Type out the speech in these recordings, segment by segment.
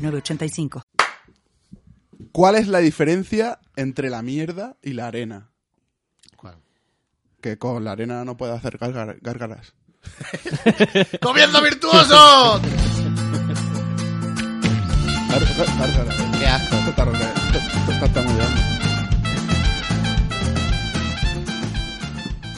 985. ¿Cuál es la diferencia entre la mierda y la arena? ¿Cuál? Que con la arena no puedes hacer gárgar- gárgaras. ¡Comienzo virtuoso! Gár- gár- Gárgaras. ¡Qué asco! Esto está roto, esto- esto está muy grande.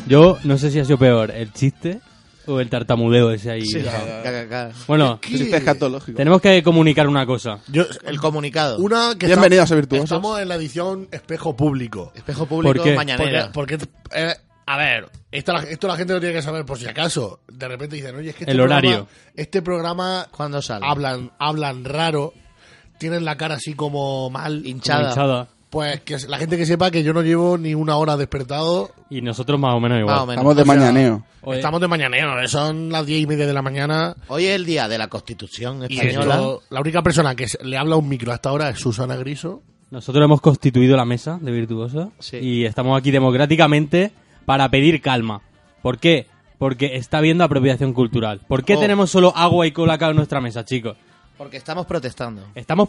Yo no sé si ha sido peor el chiste o el tartamudeo ese ahí. Sí, dejado. ca- ca- ca- Bueno, El chiste escatológico. tenemos que comunicar una cosa. Yo, El comunicado. una que Bienvenidos está- a Virtuosos. Estamos en la edición espejo público. Espejo público ¿Por qué? mañanera. Porque, porque, eh, a ver, esta la- esto la gente lo tiene que saber por si acaso. De repente dicen, oye, es que este El horario. Programa, este programa ¿Cuándo sale? hablan, hablan raro, tienen la cara así como mal. Hinchada. Hinchada. Pues que la gente que sepa que yo no llevo ni una hora despertado. Y nosotros más o menos igual. Más o menos. Estamos de O sea, mañaneo. Pues- Oye, Estamos de mañanero, eh, son las diez y media de la mañana. Hoy es el día de la Constitución Y española. esto- la única persona que se- le habla a un micro hasta ahora es Susana Griso. Nosotros hemos constituido la mesa de virtuosos Sí. y estamos aquí democráticamente para pedir calma. ¿Por qué? Porque está habiendo apropiación cultural. ¿Por qué Oh. tenemos solo agua y cola acá en nuestra mesa, chicos? Porque estamos protestando. Estamos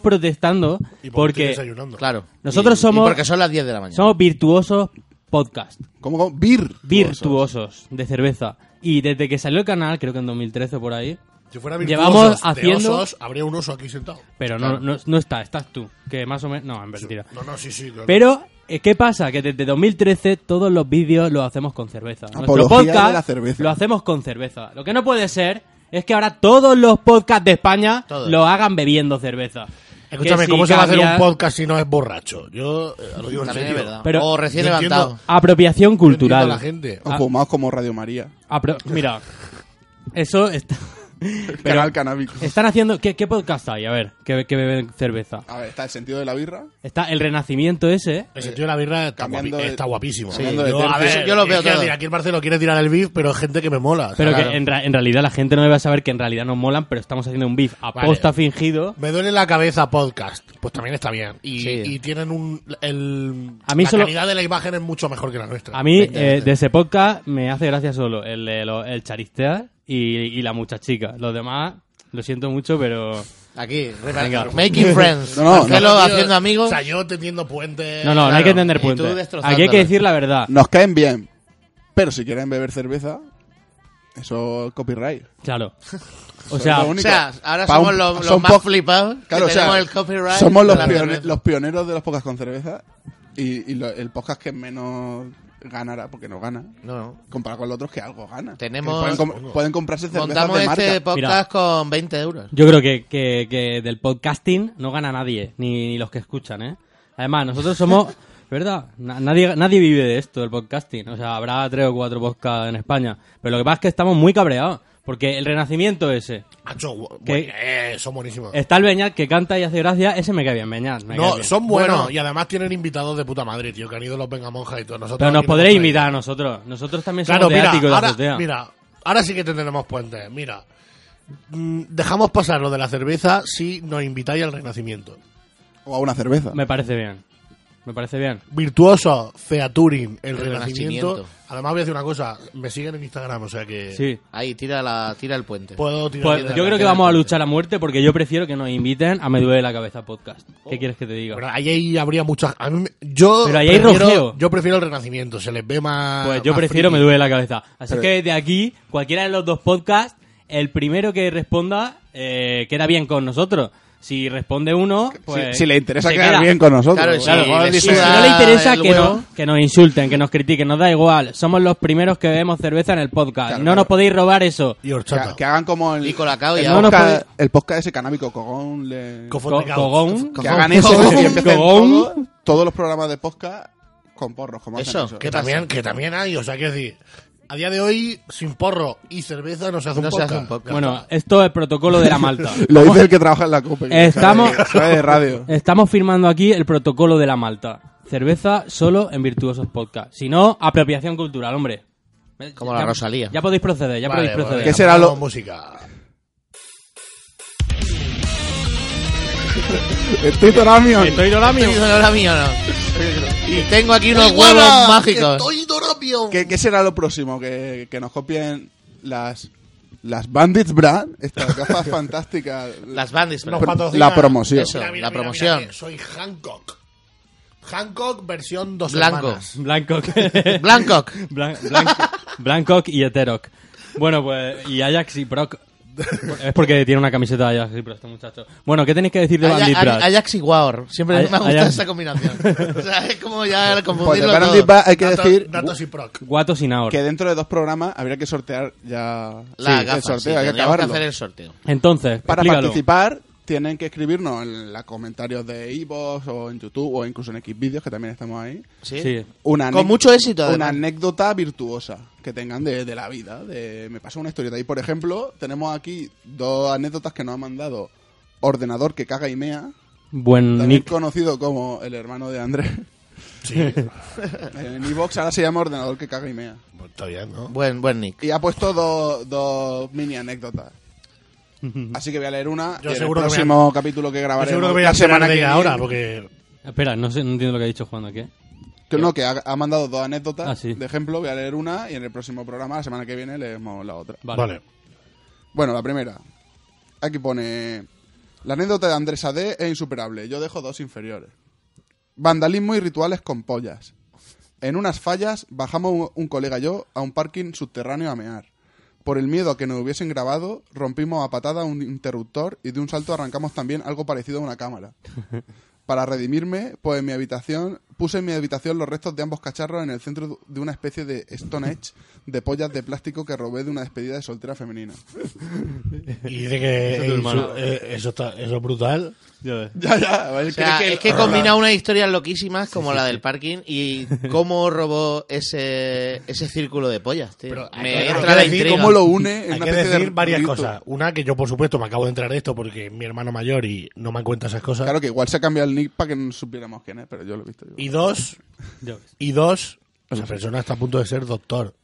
Y protestando por qué estoy porque desayunando. Claro. Nosotros Y- somos- y porque son las 10 de la mañana. somos virtuosos podcast. ¿Cómo? cómo? Virtuosos. virtuosos de cerveza. Y desde que salió el canal, creo que en 2013 por ahí, Si fuera Llevamos virtuosos de haciendo- osos, habría un oso aquí sentado. pero no, no, no está, estás tú, que más o menos... No, en mentira. No, no, sí, sí. claro. Pero, eh, ¿qué pasa? Que desde 2013 todos los vídeos los hacemos con cerveza. Nuestro Apología podcast de la cerveza. lo hacemos con cerveza. Lo que no puede ser es que ahora todos los podcasts de España Todos. lo hagan bebiendo cerveza. Escúchame, Que si ¿cómo se va a hacer un cambias- podcast si no es borracho? Yo eh, lo digo en También es serio. verdad. Pero- o recién Yo entiendo- levantado. Apropiación Yo entiendo a cultural. la gente. O fumados como Radio María. Apro- Mira, eso está... Pero- Canal canábico. Están haciendo... ¿Qué, qué podcast hay? A ver, que, que beben cerveza. A ver, está el sentido de la birra. Está el renacimiento ese. El sentido de la birra está, Cambiando guapi- de- está guapísimo. cambiando de yo, tercio. a ver, Yo lo veo es que todo. mira, aquí en Barcelona quiere tirar el beef, pero gente que me mola. o sea, Pero Claro. que en, ra- en realidad la gente no debe saber que en realidad nos molan, pero estamos haciendo un beef aposta fingido. Me duele la cabeza podcast. Pues también está bien. Y, Sí. y tienen un... El, A mí la solo- calidad de la imagen es mucho mejor que la nuestra. A mí, Veinte eh, veces. de ese podcast, me hace gracia solo el, el, el charistear y, y la muchachica. Los demás, lo siento mucho, pero... Aquí, Venga. making friends. No, no, Marcelo Tío, haciendo amigos. O sea, yo tendiendo puentes... No, no, no hay que Eh, y entender tú puentes. destrozándola. Aquí hay que decir la verdad. Nos caen bien. Pero si quieren beber cerveza, eso es copyright. Claro. O Eso sea, es lo O único. sea, ahora Pa' somos un- los, los son más po- flipados. que Claro, o sea, tenemos el copyright. somos de los, la pione- cerveza. los pioneros de los pocas con cerveza y, y lo- el podcast que menos ganará, porque no gana, No, no. comparado con los otros que algo gana. Tenemos- Que pueden, com- pueden comprarse cervezas Montamos de este marca. podcast con 20 euros. yo creo que, que- que del podcasting no gana nadie, ni, ni los que escuchan, ¿eh? Además, nosotros somos... ¿Verdad? na- Nadie, nadie vive de esto, del podcasting. O sea, habrá tres o cuatro podcasts en España. Pero lo que pasa es que estamos muy cabreados. Porque el renacimiento ese, Macho, bu- Que- bueno, eh, son buenísimos. Está el Beñat que canta y hace gracia, ese me cae bien, Beñat. me cae No, bien. son buenos. Bueno. Y además tienen invitados de puta madre, tío. Que han ido los Vengamonjas y todo. Nosotros Pero nos aquí no podréis hemos traído. imitar a nosotros. Nosotros también somos Claro, de mira ático de ahora, azotea. mira, ahora sí que tendremos puentes. Mira, mm, dejamos pasar lo de la cerveza si nos invitáis al Renacimiento. O a una cerveza. Me parece bien. Me parece bien. Virtuoso, Featuring, el, El Renacimiento. Renacimiento. Además, voy a decir una cosa: me siguen en Instagram, o sea que Sí. Ahí, tira, la, tira el puente. puedo tirar. Pues piedra. yo creo que vamos a luchar a muerte porque yo prefiero que nos inviten a Me Duele la Cabeza podcast. Oh. ¿Qué quieres que te Pero diga? ahí, ahí habría muchas. a mí me- yo, Pero ahí hay prefiero, rojeo. yo prefiero el Renacimiento, se les ve más. Pues yo más prefiero friki. Me Duele la Cabeza. Así Pero- que de aquí, cualquiera de los dos podcasts, el primero que responda eh, queda bien con nosotros. Si responde uno, pues... si, si le interesa se quedar queda. bien con Ah, nosotros. pues, Claro, sí. Bueno, Claro, le y si suda no le interesa el que, huevo. no- que nos insulten, que nos critiquen, nos da igual. Somos los primeros que bebemos cerveza en el podcast. Claro, no claro. nos podéis robar eso. Y que, horchata. que hagan como el, Y Colacao el ya. No, no podcast, puede- el podcast ese canábico, cogón. le- Cofón Co- de caos. cogón. que hagan eso que empiecen todos, todos los programas de podcast con porros como hacen Eso, eso. Que ¿Qué pasa? también, que también hay, o sea, que decir, A día de hoy, sin porro y cerveza no se hace un No se podcast. hace un podcast. Bueno, esto es protocolo de la Malta. Lo dice el que trabaja en la COPE. que Estamos- sabe- sabe de radio. Estamos firmando aquí el protocolo de la Malta. Cerveza solo en virtuosos podcast. Si no, apropiación cultural, hombre. Como la Ya- Rosalía. Ya podéis proceder, ya Vale, podéis proceder. vale, ¿Qué será lo- ponemos música. Estoy Toramion. Estoy Dolamio. Estoy diciendo la mía, ¿no? Y tengo aquí unos huevos ¡Hola! mágicos. ¡Estoy dorapio! ¿Qué, qué será lo próximo? Que, que nos copien las las Bandits Brand, estas gafas fantásticas. Las bandas. Nos Pr- patrocina- la promoción. Eso, la promoción. que soy Hancock. Hancock versión dos Blanco. hermanas. Blanco. Blancock. Blan- Blan- Blancock y Eteroc. Bueno, pues. Y Ajax y Proc. Es porque tiene una camiseta de Ajax y Proc este muchacho. Bueno, ¿qué tenéis que decir de Bandit Aya- Ay- Brad? Ajax y War. Siempre Ay- me ha gustado Ajax. esa combinación. O sea, es como ya Pues de confundirlo Bandits todo. Brand hay que Datos- decir Datos y proc. Guatos y Naor. que dentro de dos programas habría que sortear ya La sí, gafa, el sorteo, sí, hay que tendríamos acabarlo. hacer el sorteo. Entonces, Para explícalo. participar tienen que escribirnos en los comentarios de iVoox o en YouTube o incluso en Xvideos, que también estamos ahí. ¿Sí? Sí. Una Con anec- mucho éxito, Una además. anécdota virtuosa que tengan de, de la vida. De, me pasó una historieta. Y, por ejemplo, tenemos aquí dos anécdotas que nos ha mandado Ordenador que caga y mea, Buen también Nick. conocido como el hermano de Andrés. Sí, En iVoox ahora se llama Ordenador que caga y mea. pues está bien, ¿no? Buen, buen Nick. Y ha puesto dos dos mini anécdotas. Así que voy a leer una. Yo y en el seguro que voy a- próximo capítulo que Yo grabaremos. seguro que voy a la hacer semana de que ella ahora, viene. porque Espera, no, sé, no entiendo lo que ha dicho Juan aquí. Que no, que ha, ha mandado dos anécdotas. Ah, sí. De ejemplo, voy a leer una y en el próximo programa, la semana que viene, leemos la otra. Vale. Vale. Bueno, la primera. Aquí pone... La anécdota de Andrés Ade es insuperable. Yo dejo dos inferiores. Vandalismo y rituales con pollas. En unas fallas bajamos un- un colega y yo a un parking subterráneo a mear. Por el miedo a que nos hubiesen grabado, rompimos a patada un interruptor y de un salto arrancamos también algo parecido a una cámara. Para redimirme, pues en mi habitación puse en mi habitación los restos de ambos cacharros en el centro de una especie de Stone Edge de pollas de plástico que robé de una despedida de soltera femenina. Y dice que es tu eh, eso, hermano. eh, eso está, eso es brutal. Ya, ya. él O sea, cree es que combina unas historias loquísimas como la del parking y cómo robó ese, ese círculo de pollas, tío. Pero hay que- hay Me que entra la decir intriga. cómo lo une en Hay una que especie decir de varias rito. cosas. Una, que yo por supuesto me acabo de enterar de esto porque mi hermano mayor y no me cuenta esas cosas. Claro que igual se ha cambiado el nick para que no supiéramos quién es, pero yo lo he visto. yo. Y dos, Yo- y dos, esa persona está a punto de ser doctor.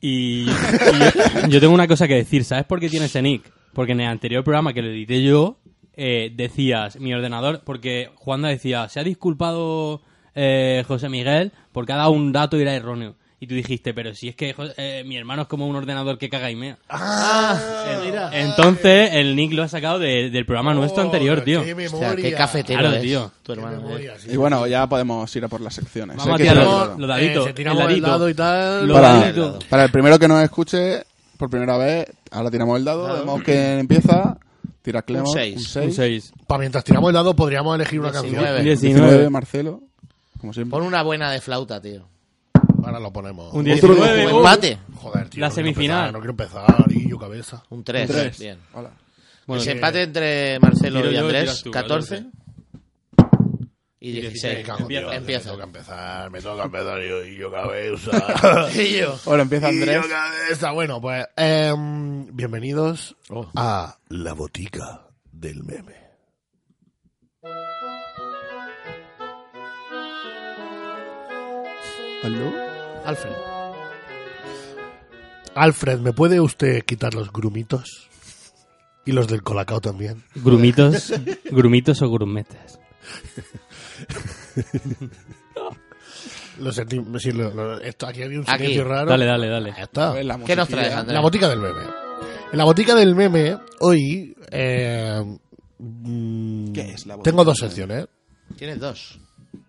Y, y yo, yo tengo una cosa que decir. ¿Sabes por qué tiene ese nick? Porque en el anterior programa que lo edité yo, eh, decías, mi ordenador, porque Juanda decía, se ha disculpado eh, José Miguel porque ha dado un dato y era erróneo. Y tú dijiste, pero si es que jo- eh, mi hermano es como un ordenador que caga y mea. eh, Ah, Entonces, el nick lo ha sacado de- del programa Oh, nuestro anterior, tío. O sea, qué cafetero Claro, es tío. tu hermano. eh. Y bueno, ya podemos ir a por las secciones. Vamos Hay a que tirar tirarlo. los- los daditos, se eh, tiramos el el, dadito. dado y tal. Lo- los para, daditos. para el primero que nos escuche por primera vez, ahora tiramos el dado, vemos quién empieza. Tira Clemón, Un seis. un seis. Un 6. Para mientras tiramos el dado podríamos elegir una canción. 19. 19, Marcelo, como siempre. Pon una buena de flauta, tío. Ahora lo ponemos. Un Otro 19. Un uh. empate. Joder, tío. La no quiero semifinal. empezar, No quiero empezar, y yo cabeza. Un 3. Tres. Bien. Hola. Bueno, Ese empate entre Marcelo Tiro y yo, Andrés, tiras tú, 14. 14. Y Me 16. cago en Dios, Empieza. Me toca empezar, me toca empezar yo, y yo cabeza. Y yo. Hola, empieza Y Andrés. yo cabeza. Bueno, pues em, bienvenidos a la botica del meme. ¿Aló? Alfred. Alfred, ¿me puede usted quitar los grumitos? Y los del colacao también. Grumitos, grumitos o grumetes. Lo sentimos. sí, lo- lo- esto, aquí había un Aquí. silencio raro. Dale, dale, dale. Ahí está. A ver, la ¿Qué musiquilla. nos traes, Andrés? La botica del meme. En la botica del meme, hoy. eh, mm, ¿Qué es la botica Tengo dos del meme? secciones. Tienes dos.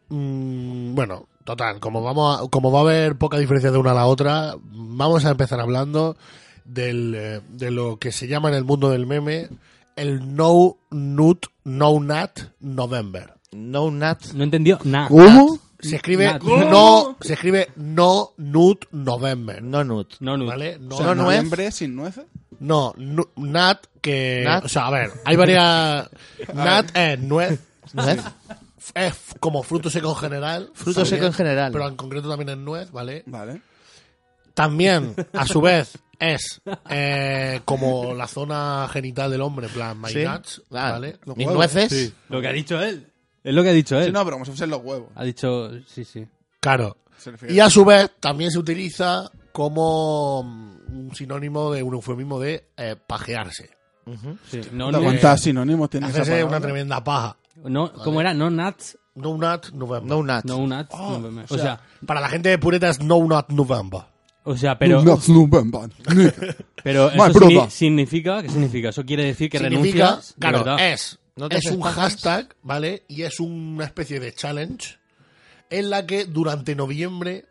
Mm, bueno, total, como vamos a- como va a haber poca diferencia de una a la otra, vamos a empezar hablando del, eh, de lo que se llama en el mundo del meme el No Nut No Nut November. No Nat. No entendió nada. ¿Cómo? Se escribe Nut. no se escribe No Nut November, No Nut. No, no. ¿vale? No, O sea, no nut. nuez. noviembre sin nueces. No, nu- Nut que, Nut. o sea, a ver, hay varias Nut es nuez, ¿Nuez? es eh, como fruto seco en general, Fruto ¿vale? seco en general. pero en concreto también es nuez, ¿vale? Vale. También, a su vez, es eh, como la zona genital del hombre, en plan, my Sí. nuts, Ah, ¿vale? Mis nueces. Sí. Lo que ha dicho él. Es lo que ha dicho él. Sí, no, pero como si fuesen los huevos. Ha dicho, sí, sí. Claro. Se refiere. Y a su vez, también se utiliza como mm, un sinónimo de un eufemismo de eh, pajearse. sí. No, eh, Puta, no, ¿Cuántos sinónimos tiene esa Hacerse palabra? una tremenda paja. no, ¿Cómo era? No nuts. No nut November. No nuts. No nuts. Oh, no, o o, sea, Para la gente de pureta es No nut November. o sea, pero, No, no, no, no, no. pero eso My signi- brother. significa, ¿qué significa? Eso quiere decir que Significa- renuncias. de Claro, verdad. es, ¿No te es haces un pajas? hashtag, ¿vale? Y es una especie de challenge en la que durante noviembre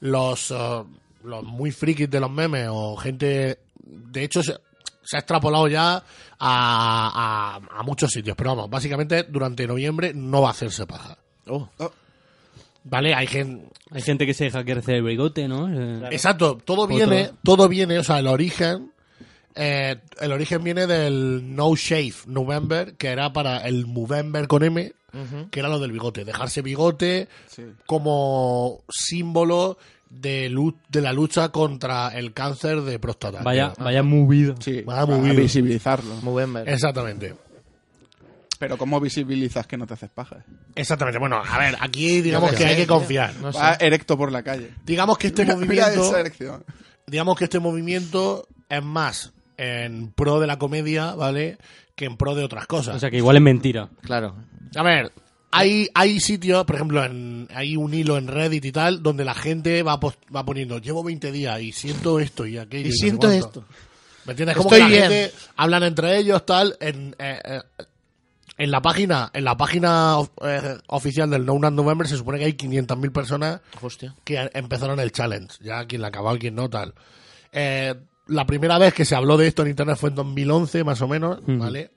los, eh, los muy frikis de los memes o gente... De hecho, se, se ha extrapolado ya a, a- a muchos sitios. Pero vamos, básicamente durante noviembre no va a hacerse paja. Oh. ¿Vale? Hay gente... Hay gente que se deja crecer el bigote, ¿no? Eh, Exacto, todo viene, todo viene, o sea, el origen, eh, el origen viene del No Shave November, que era para el Movember con M, que era lo del bigote, dejarse bigote Sí. como símbolo de, lu- de la lucha contra el cáncer de próstata. Vaya, tío. vaya movido. Sí, Va para muy bien. visibilizarlo. Movember. Exactamente. Pero ¿cómo visibilizas que no te haces paja? Exactamente. Bueno, a ver, aquí digamos que hay que confiar. No sé. Va erecto por la calle. Digamos que este Mira- Mira movimiento... esa erección. digamos que este movimiento es más en pro de la comedia, ¿vale? Que en pro de otras cosas. O sea, que igual es mentira. Claro. a ver, hay, hay sitios, por ejemplo, en- hay un hilo en Reddit y tal, donde la gente va, post- va poniendo, llevo 20 días y siento esto y aquello. Y no sé siento cuánto". esto. ¿Me entiendes? Como Estoy que la bien. gente hablan entre ellos, tal, en... eh, eh, en la página, en la página of- eh, oficial del No Nut November se supone que hay 500.000 personas Hostia. que empezaron el challenge. Ya quien la acabó, quien no, tal. Eh, la primera vez que se habló de esto en internet fue en 2011, más o menos, ¿vale?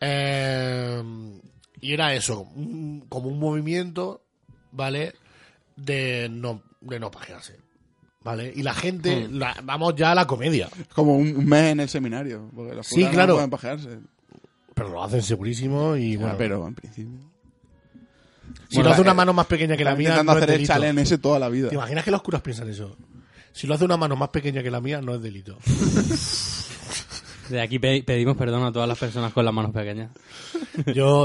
Eh, y era eso, un- como un movimiento, ¿vale? De no, de no pajearse, ¿vale? Y la gente, la- vamos ya a la comedia, Es como un un mes en el seminario. Porque los Sí, curas claro. No pueden pajearse. pero lo hacen segurísimo y Ah, bueno. pero en principio. si bueno, lo hace una eh, mano más pequeña que la Están mía, intentando no es hacer el delito. challenge ese toda la vida. ¿Te imaginas que los curas piensan eso? Si lo hace una mano más pequeña que la mía, no es delito. De aquí pe- pedimos perdón a todas las personas con las manos pequeñas. Yo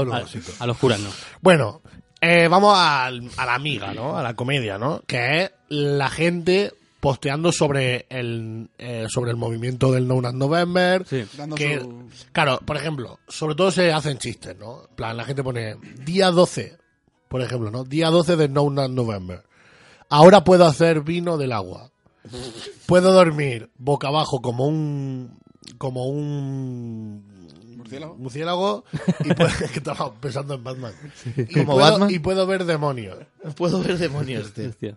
Ah, lo A, siento. a los curas no. Bueno, eh, vamos al- a la amiga, ¿no? A la comedia, ¿no? Que es la gente posteando sobre el eh, sobre el movimiento del No Nut November. Sí. Dando que- su- Claro, por ejemplo, sobre todo se hacen chistes, ¿no? En plan, la gente pone día 12, por ejemplo, ¿no? Día 12 del No Nut November. Ahora puedo hacer vino del agua. Puedo dormir boca abajo como un como un Murciélago. murciélago y puedo, que estaba pensando en Batman. Y, Como puedo, Batman. y puedo ver demonios. Puedo ver demonios, tío. Hostia.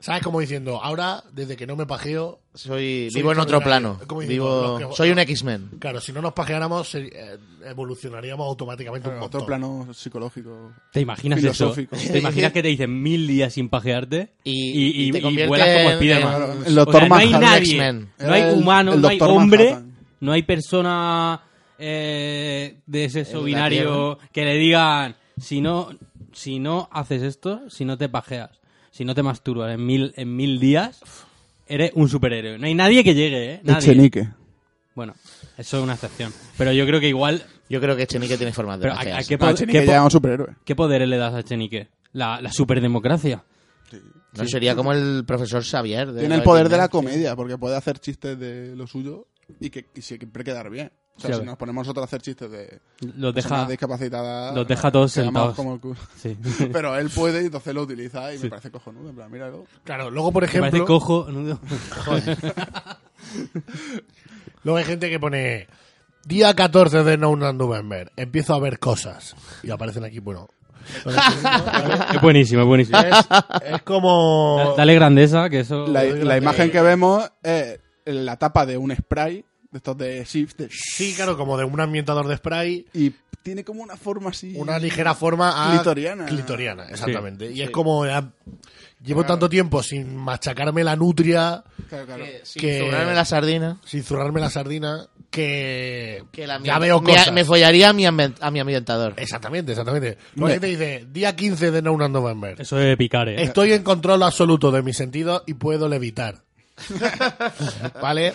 ¿Sabes? Como diciendo, ahora, desde que no me pajeo, Soy, Soy vivo en otro extraordinario. plano. Como diciendo, los Vivo, que- soy un X-Men. claro, si no nos pajeáramos, se- eh, evolucionaríamos automáticamente un Claro, montón. otro plano psicológico. ¿Te imaginas eso? Filosófico. ¿Te imaginas que te dicen mil días sin pajearte? Y- y, y te conviertes vuelas como en- Spiderman. en- en O sea, Doctor no hay Manhattan. nadie, X-Men. no hay Era el- humano, el no hay Doctor hombre, Manhattan. no hay persona eh, de sexo En la binario que le digan si no, si no haces esto, si no te pajeas, si no te masturbas en mil, en mil días, eres un superhéroe. No hay nadie que llegue, ¿eh? Nadie. Echenique. Bueno, eso es una excepción. Pero yo creo que igual... Yo creo que Chenique tiene forma de Pero ¿a, a pajearse. qué, po- No, Ah, Echenique qué po- ya es un superhéroe. ¿Qué poderes le das a Chenique? La, la superdemocracia. No sería como el profesor Xavier. de Tiene el los poder de la X-Men. comedia, porque puede hacer chistes de lo suyo y que y siempre quedar bien. O sea, Sí, a si ver. nos ponemos nosotros a hacer chistes de Los personas deja, discapacitadas, los deja todos quedamos sentados. como el culo. Sí. Pero él puede y entonces lo utiliza y me parece cojonudo. En plan, míralo. Claro, luego, por Me parece ejemplo, cojo. nudo. luego hay gente que pone día 14 de No Nut November, empiezo a ver cosas. Y aparecen aquí, bueno... es buenísimo, es buenísimo. Es, es como... Dale grandeza, que eso. La, doy la la imagen de- que vemos es la tapa de un spray, de estos de Shift, de shh, Sí, claro, como de un ambientador de spray y tiene como una forma así. una ligera forma a Clitoriana. clitoriana, exactamente. Y es como ya, llevo tanto tiempo sin machacarme la nutria, Claro, claro. Sin que- zurrarme la sardina. sin zurrarme la sardina, que, Que la ya mía- veo me, cosas. Eh, me follaría a mi, ambien- a mi ambientador. exactamente, exactamente. Porque te dice, día 15 de No Nut November. Eso es picar, eh. Estoy en control absoluto de mis sentidos y puedo levitar. ¿Vale?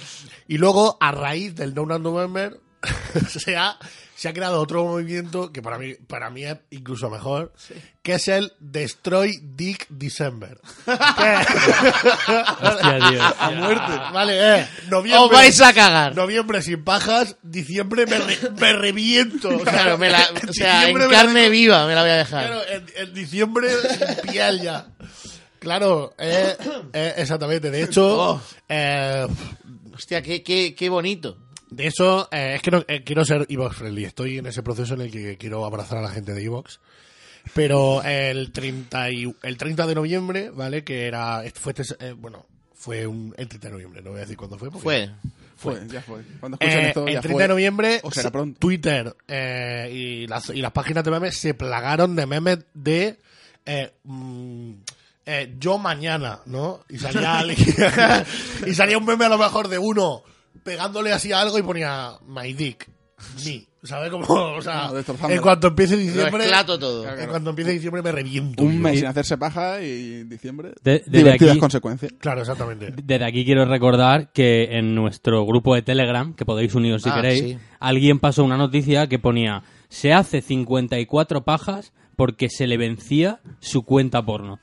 Y luego, a raíz del Donut November, se, ha, se ha creado otro movimiento que para mí, para mí es incluso mejor, que es el Destroy Dick December. Hostia, tío. A muerte. Vale, eh. Noviembre. Os vais a cagar. Noviembre sin pajas, diciembre me, re- me reviento. O sea, Claro, me la- o sea, en diciembre me la- carne viva me la voy a dejar. Claro, en, en diciembre sin piel ya. Claro, eh, eh, exactamente. De hecho, eh, Hostia, qué, qué, qué bonito. de eso eh, es que no, eh, quiero ser Evox friendly. Estoy en ese proceso en el que quiero abrazar a la gente de Evox. Pero el 30, y- el 30 de noviembre, ¿vale? Que era. Fue este, eh, bueno, fue un, el 30 de noviembre, no voy a decir cuándo fue. porque- Fue. Fue, ya fue. Cuando escuchan Eh, esto, el ya 30 fue. de noviembre, O será se- pronto. Twitter eh, y, las, y las páginas de memes se plagaron de memes de eh, mm, eh, yo mañana, ¿no? Y salía, alguien- y salía un meme a lo mejor de uno pegándole así a algo y ponía my dick, me. ¿Sabes cómo? O sea, No, destrozando. en cuanto empiece diciembre. esclato todo. En cuanto empiece diciembre me reviento. Un yo. mes sin hacerse paja y en diciembre. De- desde divertidas aquí- consecuencias. Claro, exactamente. Desde aquí quiero recordar que en nuestro grupo de Telegram, que podéis uniros si Ah, queréis, sí. alguien pasó una noticia que ponía se hace 54 pajas porque se le vencía su cuenta porno.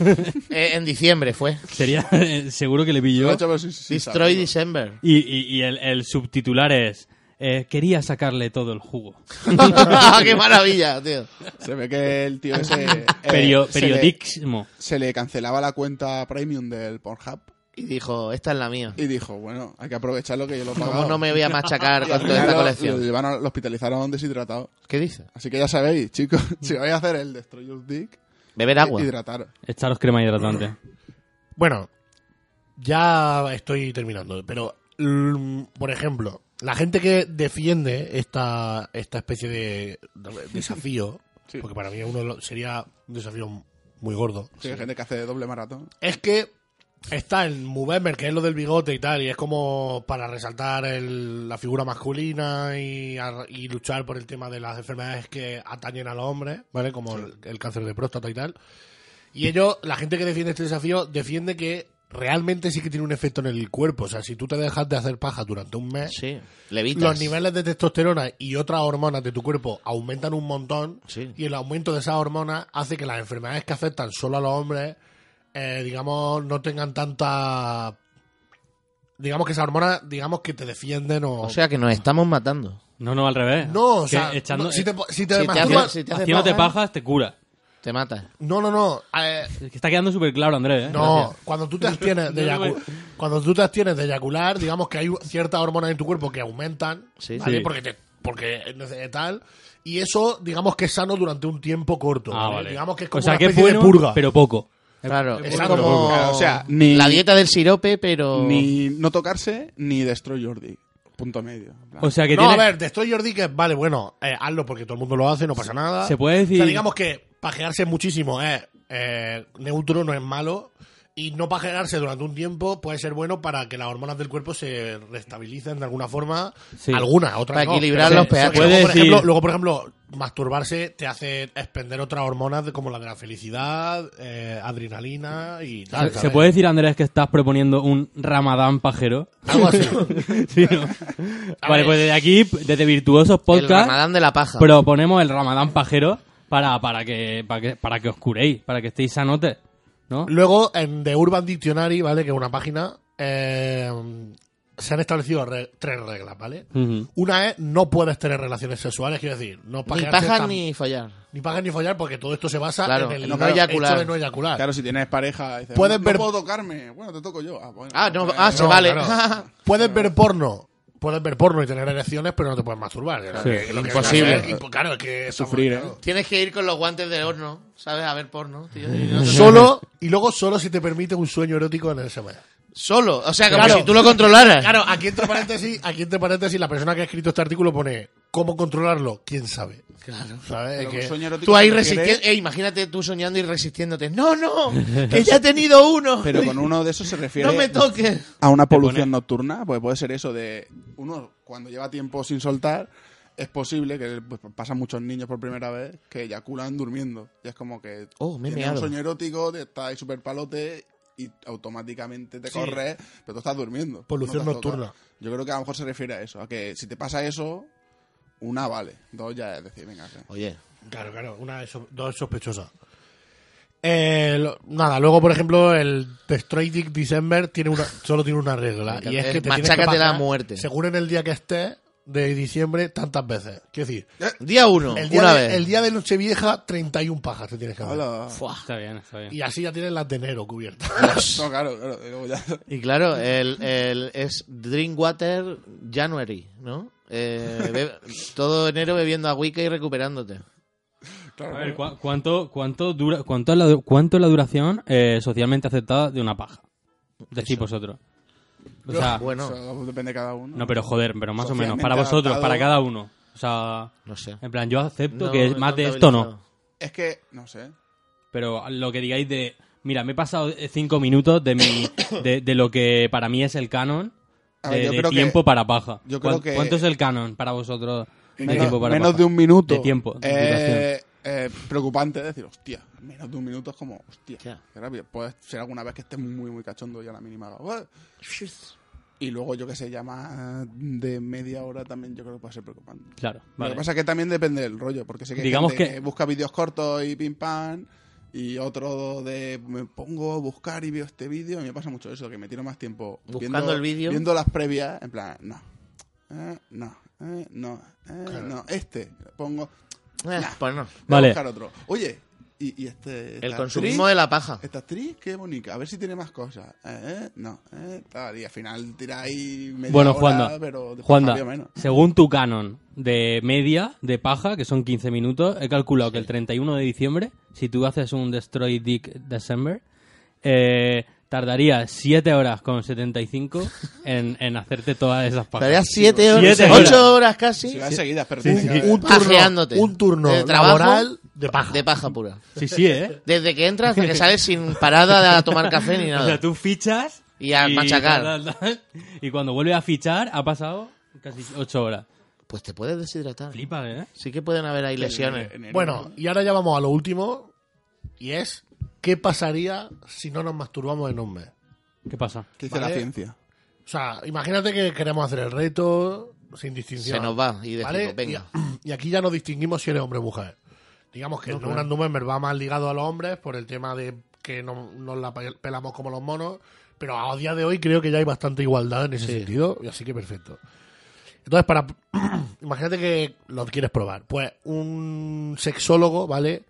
Eh, en diciembre fue. Sería seguro que le Lo pilló. he hecho, pero sí, sí, sí, Destroy sabe. December. Y, y- y el, el subtitular es eh, quería sacarle todo el jugo. qué maravilla, tío. Se ve que el Ah, tío ese. eh, Perio- se le- periodismo. se le cancelaba la cuenta premium del Pornhub Y dijo, esta es la mía. y dijo, bueno, hay que aprovecharlo que yo lo he ¿Cómo pagado. no me voy a machacar Y al con toda esta final lo- Lo, colección? llevaron al- lo hospitalizaron deshidratado. ¿Qué dice? Así que ya sabéis, chicos, si vais a hacer el Destroy Your Dick, Beber agua. hidratar. Echaros crema hidratante. Bueno, ya estoy terminando, pero mm, por ejemplo, la gente que defiende esta, esta especie de, de desafío, Sí. porque para mí uno de los- sería un desafío muy gordo, Sí, hay gente que hace doble maratón. es que está el Movember, que es lo del bigote y tal, y es como para resaltar el- la figura masculina y, a- y luchar por el tema de las enfermedades que atañen a los hombres, ¿vale? Como el, el cáncer de próstata y tal. Y ellos, la gente que defiende este desafío, defiende que realmente sí que tiene un efecto en el cuerpo. O sea, si tú te dejas de hacer paja durante un mes, Sí, levitas. los niveles de testosterona y otras hormonas de tu cuerpo aumentan un montón Sí. y el aumento de esas hormonas hace que las enfermedades que afectan solo a los hombres, eh, digamos, no tengan tanta... Digamos que esas hormonas, digamos que te defienden o... O sea que nos estamos matando. No, no, al revés. no, o Que sea, echando- eh, no, si te, si te si te masturbas- haces- si te haces haciéndote paja, pajas te cura. Te matas. No, no, no. eh, Es que Está quedando súper claro, Andrés. ¿eh? No, Gracias. cuando tú te abstienes de No, no, eyacu- cuando tú te abstienes de eyacular, digamos que hay ciertas hormonas en tu cuerpo que aumentan, Sí. ¿vale? Sí. Porque te- porque es nece- tal y eso digamos que es sano durante un tiempo corto, Ah, ¿vale? vale. Digamos que es o como sea, una que es especie bueno, de purga. pero poco. Claro, es Exacto. como Claro, o sea, ni- la dieta del sirope, pero... Ni no tocarse, ni Destroy Your Dick. Punto medio. En plan, O sea, que no, tiene... a ver, te estoy Jordi que vale, bueno, eh, hazlo porque todo el mundo lo hace, no pasa nada. se puede decir- O sea, digamos que pajearse muchísimo es eh, neutro, no es malo. Y no pajearse durante un tiempo puede ser bueno para que las hormonas del cuerpo se restabilicen de alguna forma. Sí. Alguna, otra Para no. equilibrar Pero- los pH. porque Luego, Puede por ejemplo, decir- luego, por ejemplo, masturbarse te hace expender otras hormonas de- como la de la felicidad, eh, adrenalina y tal. ¿Se ¿sabes? puede decir, Andrés, que estás proponiendo un ramadán pajero? Algo así. Sí, ¿no? Vale, pues desde aquí, desde Virtuosos el Podcast, ramadán de la paja. proponemos el ramadán pajero para, para, que, para, que, para que os curéis, para que estéis sanotes, ¿no? Luego, en The Urban Dictionary, ¿vale? Que es una página, eh, se han establecido re- tres reglas, ¿vale? Ujú. Una es, no puedes tener relaciones sexuales, quiero decir, no ni pajearte pajas tam- ni follar. ni pajas ni follar, porque todo esto se basa Claro, en el en no eyacular. hecho de no eyacular. Claro, si tienes pareja, dices, Puedes no ver- puedo tocarme. Bueno, te toco yo. Ah, bueno. Ah, no, Bueno, ah, se No, vale. claro. puedes ver porno, puedes ver porno y tener erecciones, pero no te puedes masturbar. Lo que- lo que- imposible. es impo- Claro, es que estamos- Sufrir, ¿eh? claro. Tienes que ir con los guantes de horno, ¿sabes? A ver porno, tío. Y no te- Solo, y luego solo si te permite un sueño erótico en el E. SMS. Solo. O sea, como Claro. si tú lo controlaras. Claro, aquí entre paréntesis, aquí entre paréntesis, la persona que ha escrito este artículo pone cómo controlarlo, quién sabe. Claro. ¿Sabes? Pero Es con que- sueño erótico Eh, Tú ahí te refieres, resistiendo. imagínate tú soñando y resistiéndote. No, no, que ya he tenido uno. Pero con uno de esos se refiere no me toques. a una polución nocturna, pues puede ser eso de uno cuando lleva tiempo sin soltar, es posible que pues, pasan muchos niños por primera vez que eyaculan durmiendo. Y es como que Oh, me he tienes un meado. sueño erótico, te estás ahí súper palote y automáticamente te corres, pero tú estás durmiendo. Polución te has nocturna. tocado. Yo creo que a lo mejor se refiere a eso, a que si te pasa eso, una vale, dos ya es decir, venga, que- Oye, Claro, claro, una de so- dos sospechosas. Eh, lo- nada, luego por ejemplo el Destroy Dick December tiene una, solo tiene una regla y es Es que te tienes que machácate la pasar, muerte. Según en el día que estés de diciembre tantas veces. Quiero decir, día uno, el día, una de, vez. el día de Nochevieja 31 pajas te tienes que hacer. Hola. Está bien, está bien. Y así ya tienes las de enero cubiertas. No, claro, claro, y luego ya- Y claro, el, el- es Drink Water January, ¿no? Eh, be- todo enero bebiendo agüica y recuperándote. claro. A ver, ¿cu- ¿cuánto, cuánto, dura, cuánto, es la, du- cuánto es la duración eh, socialmente aceptada de una paja? Decís vosotros. O sea, Bueno, Eso depende de cada uno. no, pero joder, pero más o menos. Socialmente Para vosotros, adaptado. para cada uno. O sea, no sé. en plan, yo acepto No, que es no más de está esto no. habilitado. Es que, no sé. Pero lo que digáis de, mira, me he pasado cinco minutos de, mi, de, de lo que para mí es el canon. A De, ver, yo de creo que- tiempo para paja. yo creo ¿Cuán- que- ¿Cuánto es el canon para vosotros? de Menos, tiempo para menos paja? de un minuto. De tiempo. de duración. eh, eh, preocupante decir, hostia, menos de un minuto es como, hostia, Hostia. qué rápido. Puede ser alguna vez que estés muy, muy cachondo y a la mínima. haga, "Uah". Y luego, yo que sé, ya más de media hora también yo creo que puede ser preocupante. Claro, Lo vale. que pasa es que también depende del rollo, porque sé que, hay Digamos gente que- busca vídeos cortos y pim pam, y otro de me pongo a buscar y veo este vídeo, y me pasa mucho eso, que me tiro más tiempo Buscando viendo, el vídeo. viendo las previas, en plan, no, eh, no, eh, no, eh, no, este, pongo, Eh, pues no. voy a Vale. buscar otro. Oye, y, y este... El esta consumismo actriz- de la paja. Esta actriz, qué bonita, a ver si tiene más cosas, eh, no, eh, tal, y al final tiráis media Bueno, hora, Juanda, pero después Juanda, sabía menos. según tu canon de media, de paja, que son 15 minutos, he calculado que el 31 de diciembre, si tú haces un Destroy Dick December, eh, tardaría 7 horas con 75 en, en hacerte todas esas pajas. Estarías siete horas, Siete horas. ocho horas Si casi vas seguidas, pero un, tiene que haber- un turno, Pajeándote. un turno De trabajo, laboral de paja. de paja pura. Sí, sí, ¿eh? Desde que entras hasta que sales sin parada a tomar café ni O sea, nada. tú fichas Y a machacar. tal, tal, tal. y cuando vuelves a fichar, ha pasado casi 8 horas. Pues te puedes deshidratar. Flipa, ¿eh? Sí que pueden haber ahí lesiones. en- en- Bueno, y ahora ya vamos a lo último y es ¿qué pasaría si no nos masturbamos en un mes? ¿Qué pasa? ¿Qué dice Vale. la ciencia? O sea, imagínate que queremos hacer el reto sin distinción. Se nos va y decimos, ¿vale? venga. Y, y aquí ya nos distinguimos si eres hombre o mujer. Digamos que el no random number va más ligado a los hombres por el tema de que no, nos la pe- pelamos como los monos, pero a día de hoy creo que ya hay bastante igualdad en ese sentido, y así que perfecto. Entonces, para imagínate que lo quieres probar. Pues un sexólogo, ¿vale?